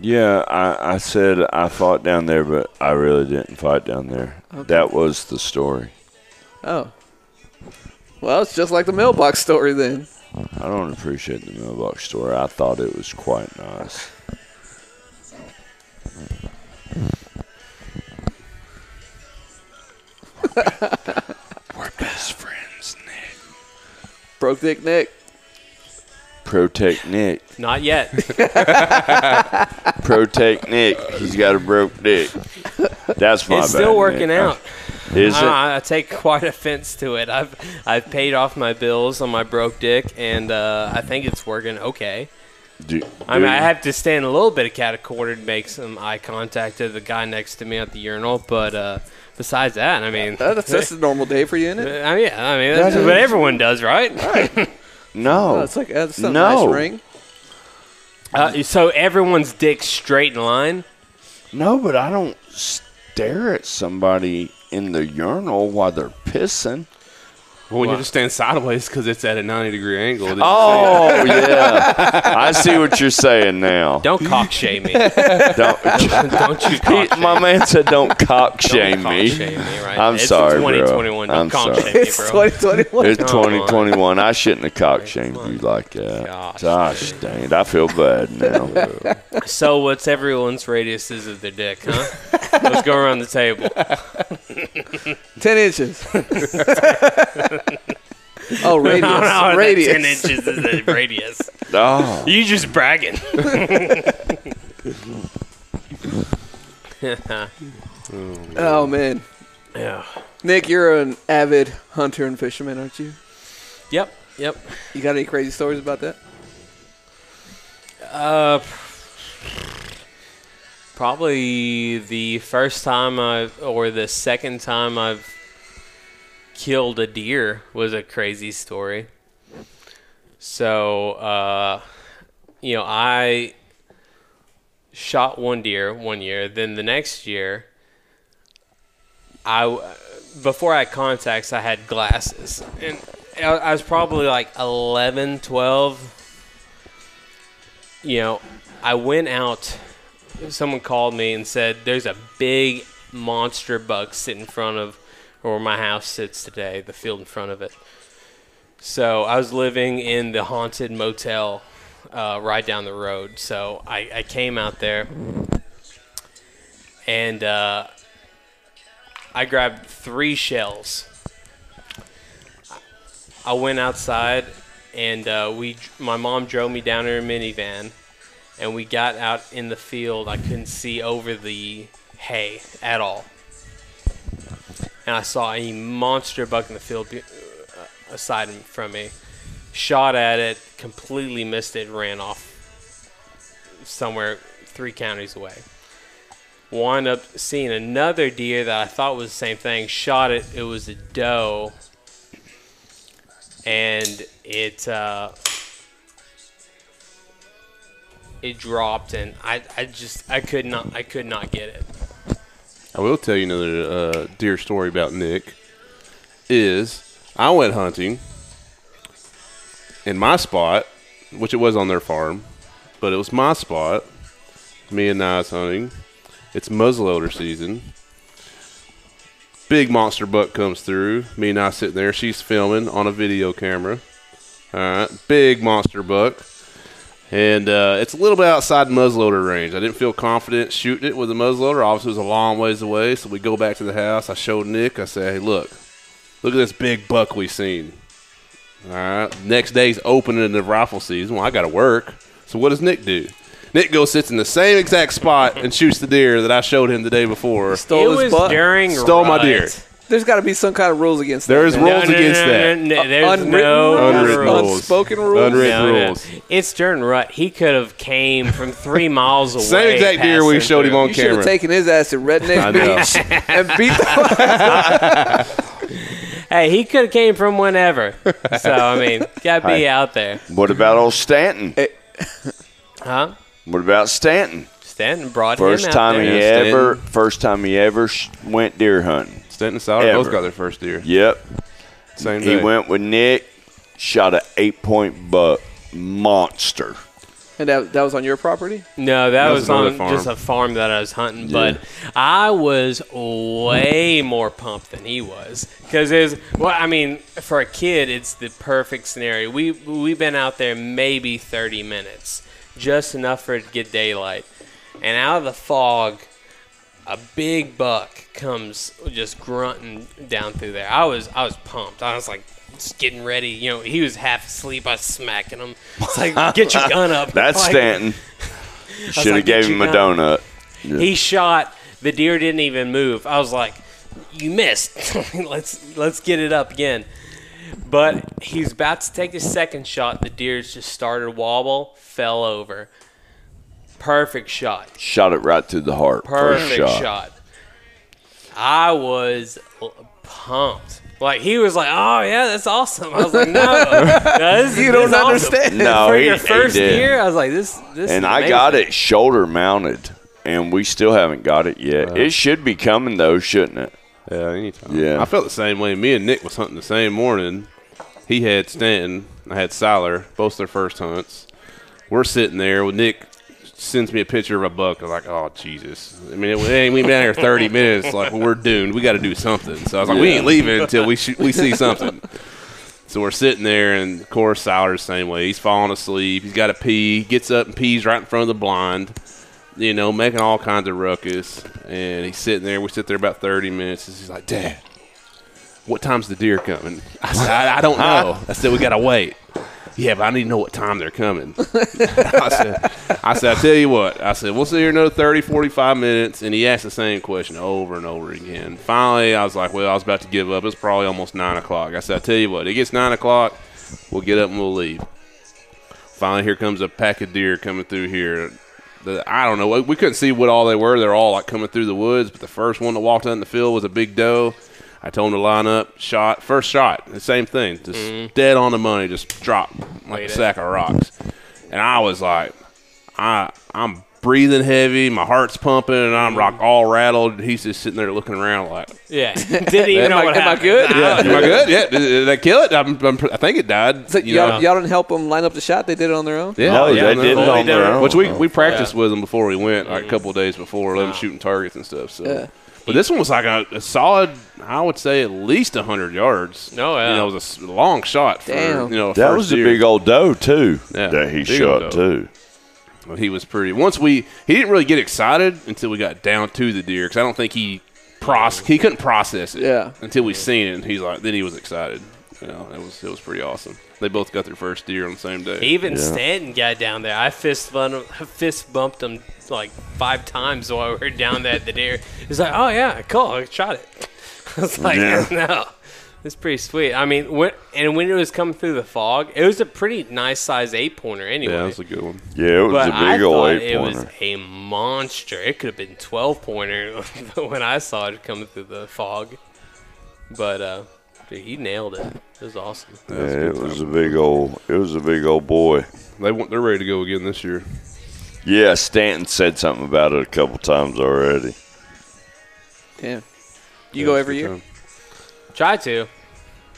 [SPEAKER 1] Yeah, I, I said I fought down there, but I really didn't fight down there. That was the story.
[SPEAKER 2] Oh. Well, it's just like the mailbox story then.
[SPEAKER 1] I don't appreciate the mailbox story. I thought it was quite nice. [laughs] We're best friends, Nick.
[SPEAKER 2] Broke Dick Nick.
[SPEAKER 1] Protect Nick. [laughs]
[SPEAKER 3] Not yet.
[SPEAKER 1] Protect Nick. He's got a broke dick. That's my bad,
[SPEAKER 3] it's still working
[SPEAKER 1] Nick. Uh,
[SPEAKER 3] out. Uh-uh.
[SPEAKER 1] Is it?
[SPEAKER 3] I, I take quite offense to it. I've I've paid off my bills on my broke dick, and uh, I think it's working okay.
[SPEAKER 1] Do-
[SPEAKER 3] I mean,
[SPEAKER 1] do
[SPEAKER 3] I
[SPEAKER 1] you?
[SPEAKER 3] have to stand a little bit of cat quarter to make some eye contact to the guy next to me at the urinal, but uh, besides that, I mean,
[SPEAKER 2] Uh, That's, that's a normal day for you, isn't
[SPEAKER 3] [laughs] I
[SPEAKER 2] it?
[SPEAKER 3] mean, yeah, I mean, that's
[SPEAKER 1] That
[SPEAKER 3] what
[SPEAKER 1] is-
[SPEAKER 3] everyone does, right?
[SPEAKER 1] no.
[SPEAKER 2] Oh, it's like uh, that's a
[SPEAKER 1] No.
[SPEAKER 2] nice ring.
[SPEAKER 3] [laughs] Uh, so everyone's dick straight in line.
[SPEAKER 1] No, but I don't stare at somebody in the urinal while they're pissing.
[SPEAKER 4] Well, when you just stand [laughs] sideways because it's at a 90 degree angle. then you
[SPEAKER 3] [laughs]
[SPEAKER 1] Oh yeah, I see what you're saying now.
[SPEAKER 3] Don't cock
[SPEAKER 1] [laughs]
[SPEAKER 3] shame me. [laughs]
[SPEAKER 1] Don't, [laughs]
[SPEAKER 3] Don't you cock shame
[SPEAKER 1] my man said, "Don't cock
[SPEAKER 3] Don't
[SPEAKER 1] shame
[SPEAKER 3] cock
[SPEAKER 1] me."
[SPEAKER 3] shame me, right?
[SPEAKER 1] I'm
[SPEAKER 3] it's
[SPEAKER 1] sorry, bro.
[SPEAKER 3] 2021. Don't
[SPEAKER 1] I'm
[SPEAKER 3] cock
[SPEAKER 1] sorry.
[SPEAKER 3] shame me,
[SPEAKER 2] It's
[SPEAKER 3] bro.
[SPEAKER 2] 2021.
[SPEAKER 1] It's
[SPEAKER 3] Come
[SPEAKER 1] 2021. I shouldn't have cock shamed you like that.
[SPEAKER 3] Gosh,
[SPEAKER 1] Gosh, dang it. I feel bad now.
[SPEAKER 3] [laughs] So what's everyone's radius is of their dick, [laughs] huh? Let's go around
[SPEAKER 1] [laughs]
[SPEAKER 3] the table.
[SPEAKER 2] 10
[SPEAKER 3] [laughs]
[SPEAKER 2] inches. oh, radius.
[SPEAKER 3] I don't know how that
[SPEAKER 2] radius.
[SPEAKER 3] Ten inches is the radius.
[SPEAKER 1] oh,
[SPEAKER 3] You just bragging.
[SPEAKER 2] Oh, man.
[SPEAKER 3] yeah.
[SPEAKER 2] Nick, you're an avid hunter and fisherman, aren't you?
[SPEAKER 3] Yep. Yep.
[SPEAKER 2] You got any crazy stories about that?
[SPEAKER 3] Uh, probably the first time I or the second time I've killed a deer was a crazy story. So, uh, you know, I shot one deer one year. Then the next year, I w- before I had contacts, I had glasses, and I I was probably like 11, 12 you know, I went out. Someone called me and said, "There's a big monster bug sitting in front of where my house sits today, the field in front of it." So I was living in the haunted motel uh, right down the road. So I, I came out there, and uh, I grabbed three shells. I went outside, and uh, we my mom drove me down in her minivan, and we got out in the field. I couldn't see over the hay at all, and I saw a monster buck in the field be- uh, aside from me. Shot at it, completely missed it, ran off somewhere three counties away. Wind up seeing another deer that I thought was the same thing. Shot it. It was a doe and it uh, it dropped, and I, I just I could not I could not get it.
[SPEAKER 4] I will tell you another uh, deer story about Nick. Is I went hunting in my spot, which it was on their farm, but it was my spot. Me and Nice hunting. It's muzzleloader season. Big monster buck comes through. Me and I sitting there. She's filming on a video camera. All right, big monster buck and uh, it's a little bit outside muzzleloader range. I didn't feel confident shooting it with a muzzleloader. Obviously, it was a long ways away, so we go back to the house. I showed Nick. I said, "Hey, look, look at this big buck we seen." All right. Next day's opening of the rifle season. Well, I got to work. So what does Nick do? Nick goes sits in the same exact spot and shoots the deer that I showed him the day before.
[SPEAKER 2] Stole
[SPEAKER 3] it
[SPEAKER 2] his
[SPEAKER 3] was
[SPEAKER 2] butt.
[SPEAKER 3] during
[SPEAKER 4] Stole my
[SPEAKER 3] rut.
[SPEAKER 4] deer.
[SPEAKER 2] There's got to be some kind of rules against
[SPEAKER 4] There
[SPEAKER 2] that,
[SPEAKER 4] is
[SPEAKER 2] man.
[SPEAKER 4] rule- Rules against that.
[SPEAKER 3] No, no, there's
[SPEAKER 2] Unwritten
[SPEAKER 3] no
[SPEAKER 2] rules?
[SPEAKER 4] Unwritten
[SPEAKER 3] rules.
[SPEAKER 4] rules.
[SPEAKER 2] Unspoken rules.
[SPEAKER 4] Unwritten
[SPEAKER 3] No, no.
[SPEAKER 4] rules.
[SPEAKER 3] It's during rut. He could have came from three miles away.
[SPEAKER 4] [laughs] Same exact deer we
[SPEAKER 3] passing
[SPEAKER 4] showed him
[SPEAKER 3] through.
[SPEAKER 4] on
[SPEAKER 2] You should have
[SPEAKER 4] camera.
[SPEAKER 2] taken his ass to Redneck
[SPEAKER 4] I know.
[SPEAKER 2] Beach and beat
[SPEAKER 3] [laughs]
[SPEAKER 2] the
[SPEAKER 3] Hey, he could have came from whenever. So I mean,
[SPEAKER 4] [laughs]
[SPEAKER 3] gotta be out there,
[SPEAKER 1] What about old Stanton?
[SPEAKER 3] huh?
[SPEAKER 1] What about Stanton?
[SPEAKER 3] Stanton brought
[SPEAKER 1] First
[SPEAKER 3] him out
[SPEAKER 1] time
[SPEAKER 3] there.
[SPEAKER 1] he
[SPEAKER 4] Yeah, Stanton.
[SPEAKER 1] ever, first time he ever sh- went deer hunting.
[SPEAKER 4] Stanton and Sauer
[SPEAKER 1] Ever.
[SPEAKER 4] both got their first deer.
[SPEAKER 1] Yep,
[SPEAKER 4] Same
[SPEAKER 1] he
[SPEAKER 4] day.
[SPEAKER 1] went with Nick, shot a eight point buck, monster.
[SPEAKER 2] And that, that was on your property?
[SPEAKER 3] No, that,
[SPEAKER 4] That
[SPEAKER 3] was,
[SPEAKER 4] was
[SPEAKER 3] on
[SPEAKER 4] another farm.
[SPEAKER 3] just a farm that I was hunting, but I was way more pumped than he was because it was. Well, I mean, for a kid, it's the perfect scenario. We we've been out there maybe thirty minutes, just enough for it to get daylight, and out of the fog, a big buck comes just grunting down through there. I was I was pumped. I was like. Just getting ready, you know. He was half asleep. I was smacking him. It's like, get your gun
[SPEAKER 4] [laughs]
[SPEAKER 3] up.
[SPEAKER 1] That's
[SPEAKER 3] Like,
[SPEAKER 1] Stanton. Should have
[SPEAKER 3] like,
[SPEAKER 1] gave
[SPEAKER 3] "Did
[SPEAKER 1] him
[SPEAKER 3] you
[SPEAKER 1] a donut. Yeah.
[SPEAKER 3] He shot. The deer didn't even move. I was like, "You missed. [laughs] let's let's get it up again." But he's about to take his second shot. The deer's just started wobble, fell over. Perfect shot.
[SPEAKER 1] shot it right through the heart. first
[SPEAKER 3] Perfect shot. [laughs] I was l- pumped. Like he was like, "Oh yeah, that's awesome." I was
[SPEAKER 1] [laughs]
[SPEAKER 3] like, "No, no, this,
[SPEAKER 2] You
[SPEAKER 3] this
[SPEAKER 2] don't
[SPEAKER 3] is awesome."
[SPEAKER 2] understand.
[SPEAKER 1] No,
[SPEAKER 3] For
[SPEAKER 1] Oh, he,
[SPEAKER 3] your
[SPEAKER 1] he
[SPEAKER 3] first
[SPEAKER 1] did.
[SPEAKER 3] deer, I was like, "This, this."
[SPEAKER 1] and
[SPEAKER 3] is
[SPEAKER 1] I
[SPEAKER 3] amazing.
[SPEAKER 1] got it shoulder mounted, and we still haven't got it yet. it should be coming though, shouldn't it?
[SPEAKER 4] Yeah, anytime.
[SPEAKER 1] Yeah.
[SPEAKER 4] I felt the same way. Me and Nick was hunting the same morning. He had Stanton, I had Siler, both their first hunts. We're sitting there with Nick sends me a picture of a buck. I'm like, oh Jesus! I mean, it, hey, we've been out
[SPEAKER 1] [laughs]
[SPEAKER 4] here 30 minutes. Like, we're doomed. We got to do something. So I was like, we
[SPEAKER 1] Yeah.
[SPEAKER 4] ain't leaving until we shoot, we see something. So we're sitting there, and of course, Siler's the same way. He's falling asleep. He's got to pee. He gets up and pees right in front of the blind you know, making all kinds of ruckus. And he's sitting there. We sit there about 30 minutes. And he's like, Dad, what time's the deer coming? [laughs] I said, I, I don't know. I said, we got to wait. Yeah, but I need to know what time they're coming. [laughs] I said, I said, I tell you what. I said, we'll sit here another 30, 45 minutes. And he asked the same question over and over again. Finally, I was like, well, I was about to give up. It's probably almost 9 o'clock. I said, I tell you what, it gets 9 o'clock. We'll get up and we'll leave. Finally, here comes a pack of deer coming through here. The, I don't know. We couldn't see what all they were. They're all like coming through the woods. But the first one that walked out in the field was a big doe. I told him to line up. Shot first shot. The same thing. Just dead on the money. Just drop like
[SPEAKER 3] Wait
[SPEAKER 4] a
[SPEAKER 3] it.
[SPEAKER 4] sack of rocks. And I was like, I I'm breathing heavy. My heart's pumping, and I'm rock all rattled. And he's just sitting there looking around like.
[SPEAKER 2] [laughs]
[SPEAKER 4] "Ah,
[SPEAKER 3] Yeah, didn't even know
[SPEAKER 2] I-
[SPEAKER 3] what
[SPEAKER 2] am I
[SPEAKER 3] happened.
[SPEAKER 2] good?
[SPEAKER 3] I
[SPEAKER 4] Am I good? Yeah. Did, did I kill it? I'm, I'm, I think it died.
[SPEAKER 2] So
[SPEAKER 4] you
[SPEAKER 2] y'all,
[SPEAKER 4] know?
[SPEAKER 2] y'all didn't help them line up the shot. They did it on their own.
[SPEAKER 4] Yeah,
[SPEAKER 1] No,
[SPEAKER 4] yeah,
[SPEAKER 1] they
[SPEAKER 4] no,
[SPEAKER 1] did it
[SPEAKER 4] no,
[SPEAKER 1] on
[SPEAKER 4] they
[SPEAKER 1] their
[SPEAKER 4] did.
[SPEAKER 1] own,
[SPEAKER 4] Which we,
[SPEAKER 1] though.
[SPEAKER 4] we practiced with them before we went, like a couple days before, let them shooting targets and stuff. So,
[SPEAKER 2] Yeah.
[SPEAKER 4] but this one was like a, a solid, I would say at least hundred yards.
[SPEAKER 3] Oh, yeah.
[SPEAKER 4] you know, it was a s- long shot. For,
[SPEAKER 2] Damn.
[SPEAKER 4] you know,
[SPEAKER 1] That
[SPEAKER 4] first
[SPEAKER 1] was a
[SPEAKER 4] year.
[SPEAKER 1] big old doe too
[SPEAKER 4] Yeah,
[SPEAKER 1] that he
[SPEAKER 4] big
[SPEAKER 1] shot
[SPEAKER 4] old
[SPEAKER 1] too.
[SPEAKER 4] He was pretty. Once we, he didn't really get excited until we got down to the deer because I don't think he process. He couldn't process it.
[SPEAKER 2] Yeah.
[SPEAKER 4] Until we seen it, and he's like, then he was excited. You know, it was it was pretty awesome. They both got their first deer on the same day.
[SPEAKER 3] Even Stanton got down there. I fist bumped, [laughs] fist bumped him like five times while we were down there at the deer. He's like, "Oh yeah, cool, I shot it." [laughs] I was like,
[SPEAKER 1] Yeah.
[SPEAKER 3] [laughs] "No, it's pretty sweet." I mean, when, and when it was coming through the fog, it was a pretty nice size eight pointer anyway.
[SPEAKER 4] yeah, that was a good one.
[SPEAKER 1] Yeah, it was
[SPEAKER 3] but
[SPEAKER 1] a
[SPEAKER 3] I
[SPEAKER 1] big old
[SPEAKER 3] thought
[SPEAKER 1] eight
[SPEAKER 3] it was
[SPEAKER 1] pointer.
[SPEAKER 3] a monster. It could have been twelve pointer [laughs] when I saw it coming through the fog. But uh, dude, he nailed it. It was awesome.
[SPEAKER 1] Yeah, it was a big old. It was a big old boy.
[SPEAKER 4] They want, they're ready to go again this year.
[SPEAKER 1] Yeah, Stanton said something about it a couple times already.
[SPEAKER 2] Damn. You go
[SPEAKER 4] it's
[SPEAKER 2] every
[SPEAKER 4] good
[SPEAKER 2] year?
[SPEAKER 4] time.
[SPEAKER 3] Try to.
[SPEAKER 4] Kind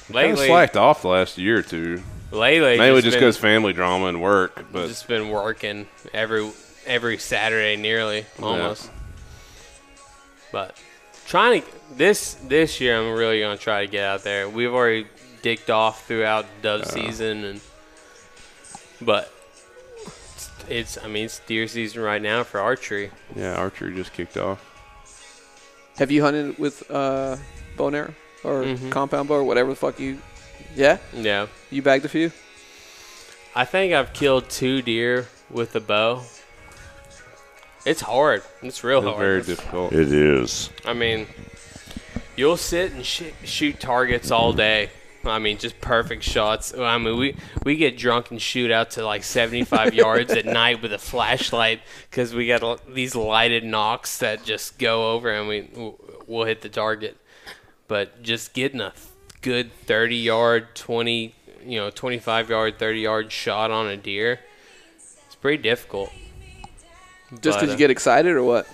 [SPEAKER 4] of
[SPEAKER 3] Lately,
[SPEAKER 4] slacked off the last year or two.
[SPEAKER 3] lately,
[SPEAKER 4] Mainly
[SPEAKER 3] just
[SPEAKER 4] just
[SPEAKER 3] been-
[SPEAKER 4] because family drama and work. But
[SPEAKER 3] just been working every every Saturday nearly almost. But trying to this this year I'm really gonna try to get out there. We've already dicked off throughout dove season and but it's, it's I mean it's deer season right now for archery.
[SPEAKER 4] yeah, archery just kicked off.
[SPEAKER 2] Have you hunted with uh, bow and arrow or
[SPEAKER 3] Mhm.
[SPEAKER 2] compound bow or whatever the fuck you? Yeah,
[SPEAKER 3] Yeah.
[SPEAKER 2] you bagged a few.
[SPEAKER 3] I think I've killed two deer with a bow It's hard. It's real
[SPEAKER 4] It's
[SPEAKER 3] hard.
[SPEAKER 4] very difficult.
[SPEAKER 1] It is.
[SPEAKER 3] I mean, you'll sit and sh- shoot targets all day. I mean, just perfect shots. I mean, we, we get drunk and shoot out to like 75 yards at night with a flashlight because we got l- these lighted knocks that just go over and we w- we'll hit the target. But just getting a good 30 yard, 20, you know, 25 yard, 30 yard shot on a deer, it's pretty difficult.
[SPEAKER 2] Just
[SPEAKER 3] But,
[SPEAKER 2] because you
[SPEAKER 3] uh,
[SPEAKER 2] get excited or what?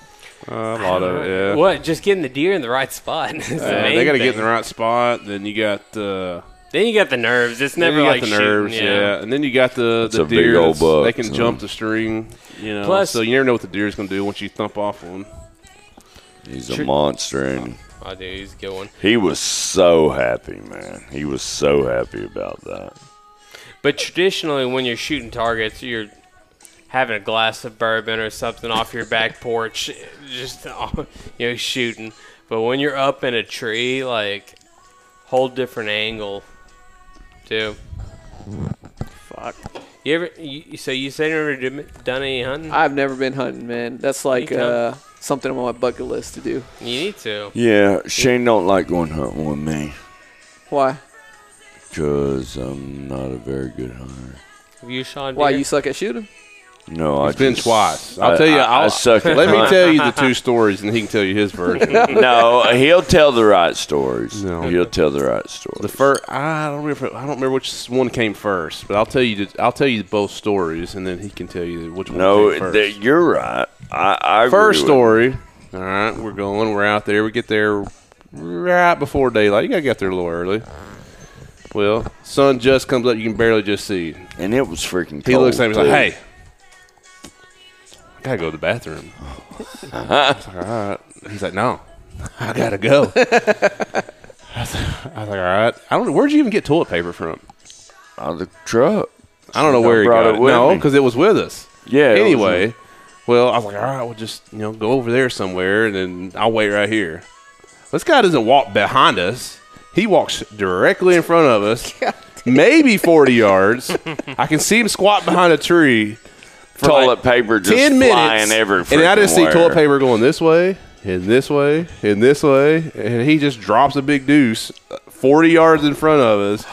[SPEAKER 4] Uh, a lot of yeah.
[SPEAKER 3] What? Just getting the deer in the right spot. [laughs] is the
[SPEAKER 4] Uh,
[SPEAKER 3] main
[SPEAKER 4] they got to
[SPEAKER 3] thing.
[SPEAKER 4] get in the right spot. Then you got uh,
[SPEAKER 3] Then you got the nerves. It's
[SPEAKER 4] then
[SPEAKER 3] never
[SPEAKER 4] you got
[SPEAKER 3] like
[SPEAKER 4] the
[SPEAKER 3] shooting,
[SPEAKER 4] nerves,
[SPEAKER 3] yeah.
[SPEAKER 4] yeah. And then you got the
[SPEAKER 1] It's
[SPEAKER 4] the
[SPEAKER 1] a big
[SPEAKER 4] deer.
[SPEAKER 1] old
[SPEAKER 4] that's-
[SPEAKER 1] buck,
[SPEAKER 4] they can
[SPEAKER 1] so.
[SPEAKER 4] jump the string, you know.
[SPEAKER 3] Plus-
[SPEAKER 4] so you never know what the deer's going to do once you thump off one.
[SPEAKER 1] He's
[SPEAKER 3] Sure.
[SPEAKER 1] a monster, and
[SPEAKER 3] Oh, dude, he's a good one.
[SPEAKER 1] he was so happy, man. He was so happy about that.
[SPEAKER 3] But traditionally, when you're shooting targets, you're having a glass of bourbon or something off your
[SPEAKER 4] [laughs]
[SPEAKER 3] back porch, just [laughs] you know shooting. But when you're up in a tree, like whole different angle, too.
[SPEAKER 2] Fuck.
[SPEAKER 3] You ever? You, so you say you never do- done any hunting?
[SPEAKER 2] I've never been hunting, man. That's like
[SPEAKER 3] Me too.
[SPEAKER 2] uh, something on my bucket list to do.
[SPEAKER 3] you need to.
[SPEAKER 1] Yeah, Shane don't like going hunting with me
[SPEAKER 2] Why?
[SPEAKER 1] because I'm not a very good hunter.
[SPEAKER 3] Have you shot? a
[SPEAKER 2] Why
[SPEAKER 3] deer?
[SPEAKER 2] you suck at shooting?
[SPEAKER 1] No,
[SPEAKER 4] It's
[SPEAKER 1] I
[SPEAKER 4] been
[SPEAKER 1] just-
[SPEAKER 4] twice.
[SPEAKER 1] I-
[SPEAKER 4] I'll tell you.
[SPEAKER 1] I- I
[SPEAKER 4] I'll,
[SPEAKER 1] suck at
[SPEAKER 4] [laughs] Let me
[SPEAKER 1] hunting.
[SPEAKER 4] tell you the two stories, and he can tell you his
[SPEAKER 1] [laughs]
[SPEAKER 4] version.
[SPEAKER 1] no, he'll tell the right stories.
[SPEAKER 4] No.
[SPEAKER 1] He'll tell the right stories.
[SPEAKER 4] The first, I don't remember. I don't remember which one came first, but I'll tell you. I'll tell you both stories, and then he can tell you which one. came
[SPEAKER 1] no,
[SPEAKER 4] first.
[SPEAKER 1] th- you're right. I, I agree
[SPEAKER 4] first
[SPEAKER 1] with-
[SPEAKER 4] story. All right, we're going. We're out there. We get there right before daylight. You gotta get there a little early. Well, sun just comes up. You can barely just see.
[SPEAKER 1] and it was freaking. Cold
[SPEAKER 4] He looks at me he's like,
[SPEAKER 1] too.
[SPEAKER 4] "Hey, I gotta go to
[SPEAKER 1] [laughs]
[SPEAKER 4] the bathroom." I was like, all right. He's like, "No, I gotta go." [laughs] I was like, I was like, "All right." I don't. know. Where'd you even get toilet paper from?
[SPEAKER 1] out of the truck."
[SPEAKER 4] I don't know
[SPEAKER 1] I
[SPEAKER 4] where he
[SPEAKER 1] brought
[SPEAKER 4] got
[SPEAKER 1] it
[SPEAKER 4] it.
[SPEAKER 1] with
[SPEAKER 4] No,
[SPEAKER 1] me.
[SPEAKER 4] because it was with us.
[SPEAKER 1] Yeah. it was-
[SPEAKER 4] anyway, well, I was like, all right, we'll just you know go over there somewhere, and then I'll wait right here. This guy doesn't walk behind us; he walks directly in front of us, maybe forty yards. I can see him squat behind a tree for
[SPEAKER 1] toilet
[SPEAKER 4] like
[SPEAKER 1] paper just
[SPEAKER 4] ten
[SPEAKER 1] flying
[SPEAKER 4] minutes,
[SPEAKER 1] every.
[SPEAKER 4] and I just
[SPEAKER 1] freaking
[SPEAKER 4] see toilet
[SPEAKER 1] where.
[SPEAKER 4] paper going this way and this way and this way, and he just drops a big deuce uh, forty yards in front of us.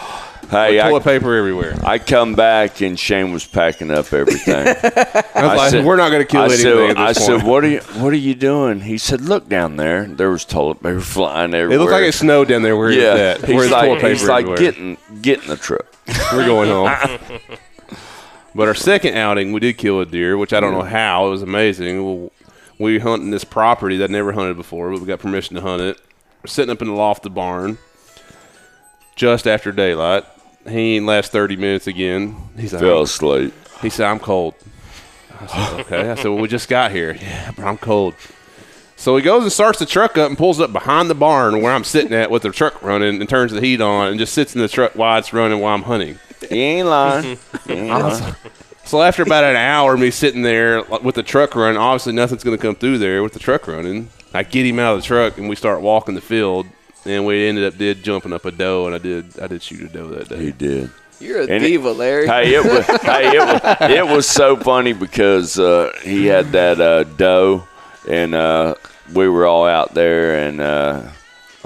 [SPEAKER 1] Hey, I,
[SPEAKER 4] toilet paper everywhere.
[SPEAKER 1] I come back and Shane was packing up
[SPEAKER 4] [laughs]
[SPEAKER 1] everything.
[SPEAKER 4] I was
[SPEAKER 1] I
[SPEAKER 4] like,
[SPEAKER 1] said-
[SPEAKER 4] we're not going to kill
[SPEAKER 1] I
[SPEAKER 4] anything.
[SPEAKER 1] said,
[SPEAKER 4] at this
[SPEAKER 1] I
[SPEAKER 4] point.
[SPEAKER 1] said, what are you, what are you doing? He said, look down there. There was toilet paper [laughs] flying everywhere.
[SPEAKER 4] It looked like it snowed down there where
[SPEAKER 1] yeah.
[SPEAKER 4] yeah. he's at.
[SPEAKER 1] He's
[SPEAKER 4] Where's the toilet
[SPEAKER 1] like,
[SPEAKER 4] paper
[SPEAKER 1] he's like
[SPEAKER 4] everywhere.
[SPEAKER 1] getting getting the truck.
[SPEAKER 4] [laughs] We're going
[SPEAKER 1] [laughs]
[SPEAKER 4] home. but our second outing, we did kill a deer, which I don't know how. It was amazing. We- We hunting this property that I'd never hunted before, but we got permission to hunt it. We're sitting up in the loft of the barn just after daylight. He ain't last 30 minutes again. He's like,
[SPEAKER 1] Fell asleep.
[SPEAKER 4] he said, I'm cold. I
[SPEAKER 2] [laughs]
[SPEAKER 4] said, okay. I said, well, we just got here. [laughs] Yeah, but I'm cold. So he goes and starts the truck up and pulls up behind the barn where I'm sitting at with the truck running and turns the heat on and just sits in the truck while it's running while I'm hunting.
[SPEAKER 1] He ain't
[SPEAKER 4] [laughs]
[SPEAKER 1] lying. He ain't lying.
[SPEAKER 4] So after about an hour of me sitting there like, with the truck running, obviously nothing's going to come through there with the truck running. I get him out of the truck and we start walking the field. And we ended up did jumping up a doe, and I did I did shoot a doe that
[SPEAKER 1] He
[SPEAKER 4] day.
[SPEAKER 1] did.
[SPEAKER 2] You're a
[SPEAKER 1] And it-
[SPEAKER 2] diva, Larry.
[SPEAKER 1] Hey, it was, hey, it was, it was so funny because uh, he had that uh, doe, and uh, we were all out there, and uh,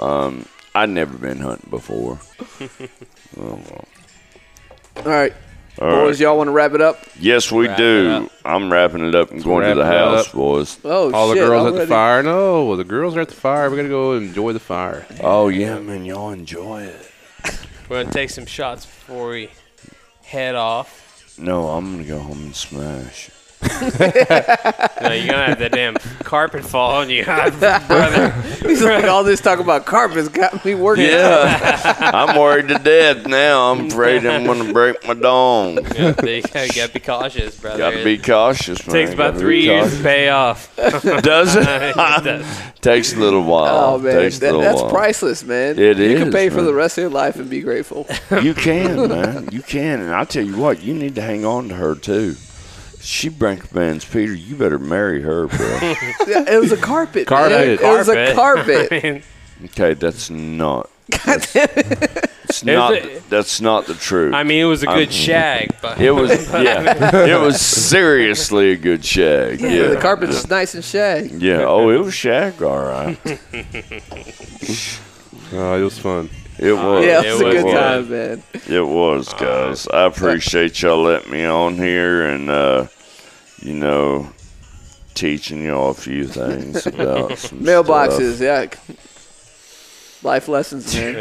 [SPEAKER 1] um, I'd never been hunting before.
[SPEAKER 2] All right,
[SPEAKER 1] All right.
[SPEAKER 2] boys, y'all want to wrap it up?
[SPEAKER 1] Yes, we
[SPEAKER 3] Wrap it
[SPEAKER 1] do.
[SPEAKER 3] up.
[SPEAKER 1] I'm wrapping it up and going to
[SPEAKER 4] wrap
[SPEAKER 1] the
[SPEAKER 4] it
[SPEAKER 1] house,
[SPEAKER 4] up.
[SPEAKER 1] boys.
[SPEAKER 2] Oh,
[SPEAKER 4] All the
[SPEAKER 2] shit,
[SPEAKER 4] girls at
[SPEAKER 2] already? [laughs]
[SPEAKER 4] the fire. No, well, the girls are at the fire. We're gonna go enjoy the fire.
[SPEAKER 1] Oh yeah, man, y'all enjoy it.
[SPEAKER 3] We're gonna take some shots before we head off.
[SPEAKER 1] No, I'm gonna go home and smash.
[SPEAKER 3] No, you're gonna have that damn carpet fall on [laughs] you, brother.
[SPEAKER 2] He's like, all this talk about carpets got me working.
[SPEAKER 1] Yeah, I'm worried to death now. I'm afraid I'm gonna break my dong.
[SPEAKER 3] Yeah, you gotta, gotta [laughs] be cautious, brother.
[SPEAKER 1] Got to be cautious,
[SPEAKER 3] it
[SPEAKER 1] man.
[SPEAKER 3] takes about
[SPEAKER 1] Gotta be
[SPEAKER 3] three years
[SPEAKER 1] cautious.
[SPEAKER 3] to pay
[SPEAKER 1] [laughs]
[SPEAKER 3] off.
[SPEAKER 1] Does
[SPEAKER 3] [laughs] It
[SPEAKER 1] it?
[SPEAKER 3] does.
[SPEAKER 1] Takes a little while.
[SPEAKER 2] Oh man,
[SPEAKER 1] Takes a
[SPEAKER 2] that-
[SPEAKER 1] little
[SPEAKER 2] that's
[SPEAKER 1] while.
[SPEAKER 2] priceless, man.
[SPEAKER 1] It
[SPEAKER 2] you can
[SPEAKER 1] is,
[SPEAKER 2] pay for the
[SPEAKER 1] man.
[SPEAKER 2] rest of your life and be grateful.
[SPEAKER 1] You can, man. You can, and I tell you what, you need to hang on to her too. She Brinkman's Peter. You better marry her, bro.
[SPEAKER 2] Yeah, it was a carpet.
[SPEAKER 4] Carpet.
[SPEAKER 2] man. It was a
[SPEAKER 3] [laughs] Carpet.
[SPEAKER 2] carpet.
[SPEAKER 3] I mean, [laughs]
[SPEAKER 1] okay, that's not. That's, that's
[SPEAKER 3] There's
[SPEAKER 1] not
[SPEAKER 3] a-
[SPEAKER 1] that's not the truth.
[SPEAKER 3] I mean, it was a good
[SPEAKER 1] I'm-
[SPEAKER 3] shag, but
[SPEAKER 1] it was yeah, it was seriously a good shag. Yeah,
[SPEAKER 2] The carpet's nice and shag. [laughs]
[SPEAKER 1] yeah. Oh, it was shag, all right.
[SPEAKER 4] Oh, it was fun.
[SPEAKER 2] [laughs]
[SPEAKER 1] It was.
[SPEAKER 2] Yeah, it was a
[SPEAKER 3] was
[SPEAKER 2] good
[SPEAKER 3] good.
[SPEAKER 2] time, man.
[SPEAKER 1] It was, guys. I appreciate y'all letting me on here and, uh, you know, teaching y'all a few
[SPEAKER 2] [laughs]
[SPEAKER 1] things about some
[SPEAKER 2] Mailboxes, yeah. Life
[SPEAKER 1] [laughs]
[SPEAKER 2] lessons, man.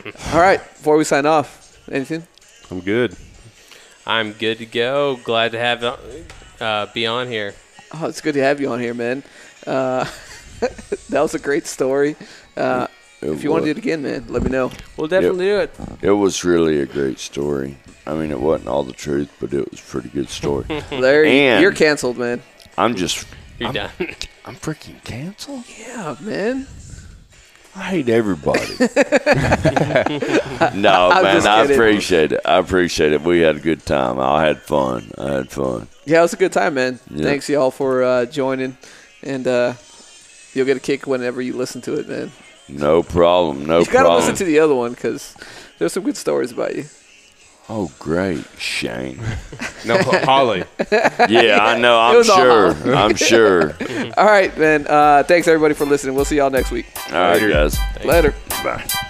[SPEAKER 3] [laughs] yeah.
[SPEAKER 2] All right, before we sign off, anything?
[SPEAKER 4] I'm good.
[SPEAKER 3] I'm good to go. Glad to have uh, be on here.
[SPEAKER 2] Oh, it's good to have you on here, man. Uh, [laughs] that was a great story. Uh,
[SPEAKER 1] It
[SPEAKER 2] if you want to
[SPEAKER 1] was-
[SPEAKER 2] do it again, man, let me know.
[SPEAKER 3] We'll definitely do it.
[SPEAKER 1] It was really a great story. I mean, it wasn't all the truth, but it was a pretty good
[SPEAKER 2] [laughs]
[SPEAKER 1] story.
[SPEAKER 2] Larry,
[SPEAKER 1] And-
[SPEAKER 2] you're canceled, man.
[SPEAKER 1] I'm just,
[SPEAKER 3] You're done.
[SPEAKER 1] I'm freaking canceled.
[SPEAKER 2] Yeah, man.
[SPEAKER 1] I hate
[SPEAKER 2] [laughs]
[SPEAKER 1] everybody. no,
[SPEAKER 2] I'm
[SPEAKER 1] man,
[SPEAKER 2] just
[SPEAKER 1] I
[SPEAKER 2] kidding.
[SPEAKER 1] appreciate it. I appreciate it. We had a good time. I had fun. I had fun.
[SPEAKER 2] Yeah, it was a good time, man.
[SPEAKER 1] Yeah.
[SPEAKER 2] Thanks y'all for uh, joining, and uh, you'll get a kick whenever you listen to it, man.
[SPEAKER 1] No problem. No
[SPEAKER 2] you gotta
[SPEAKER 1] problem.
[SPEAKER 2] listen to the other one because there's some good stories about you.
[SPEAKER 1] oh, great, Shane.
[SPEAKER 2] [laughs]
[SPEAKER 4] No, Holly.
[SPEAKER 1] Yeah, I know. I'm
[SPEAKER 2] was all
[SPEAKER 1] sure. I'm
[SPEAKER 2] [laughs]
[SPEAKER 1] sure.
[SPEAKER 2] All right, man. Uh, thanks everybody for listening. We'll see y'all next week.
[SPEAKER 1] All right, guys.
[SPEAKER 2] Later.
[SPEAKER 1] Bye.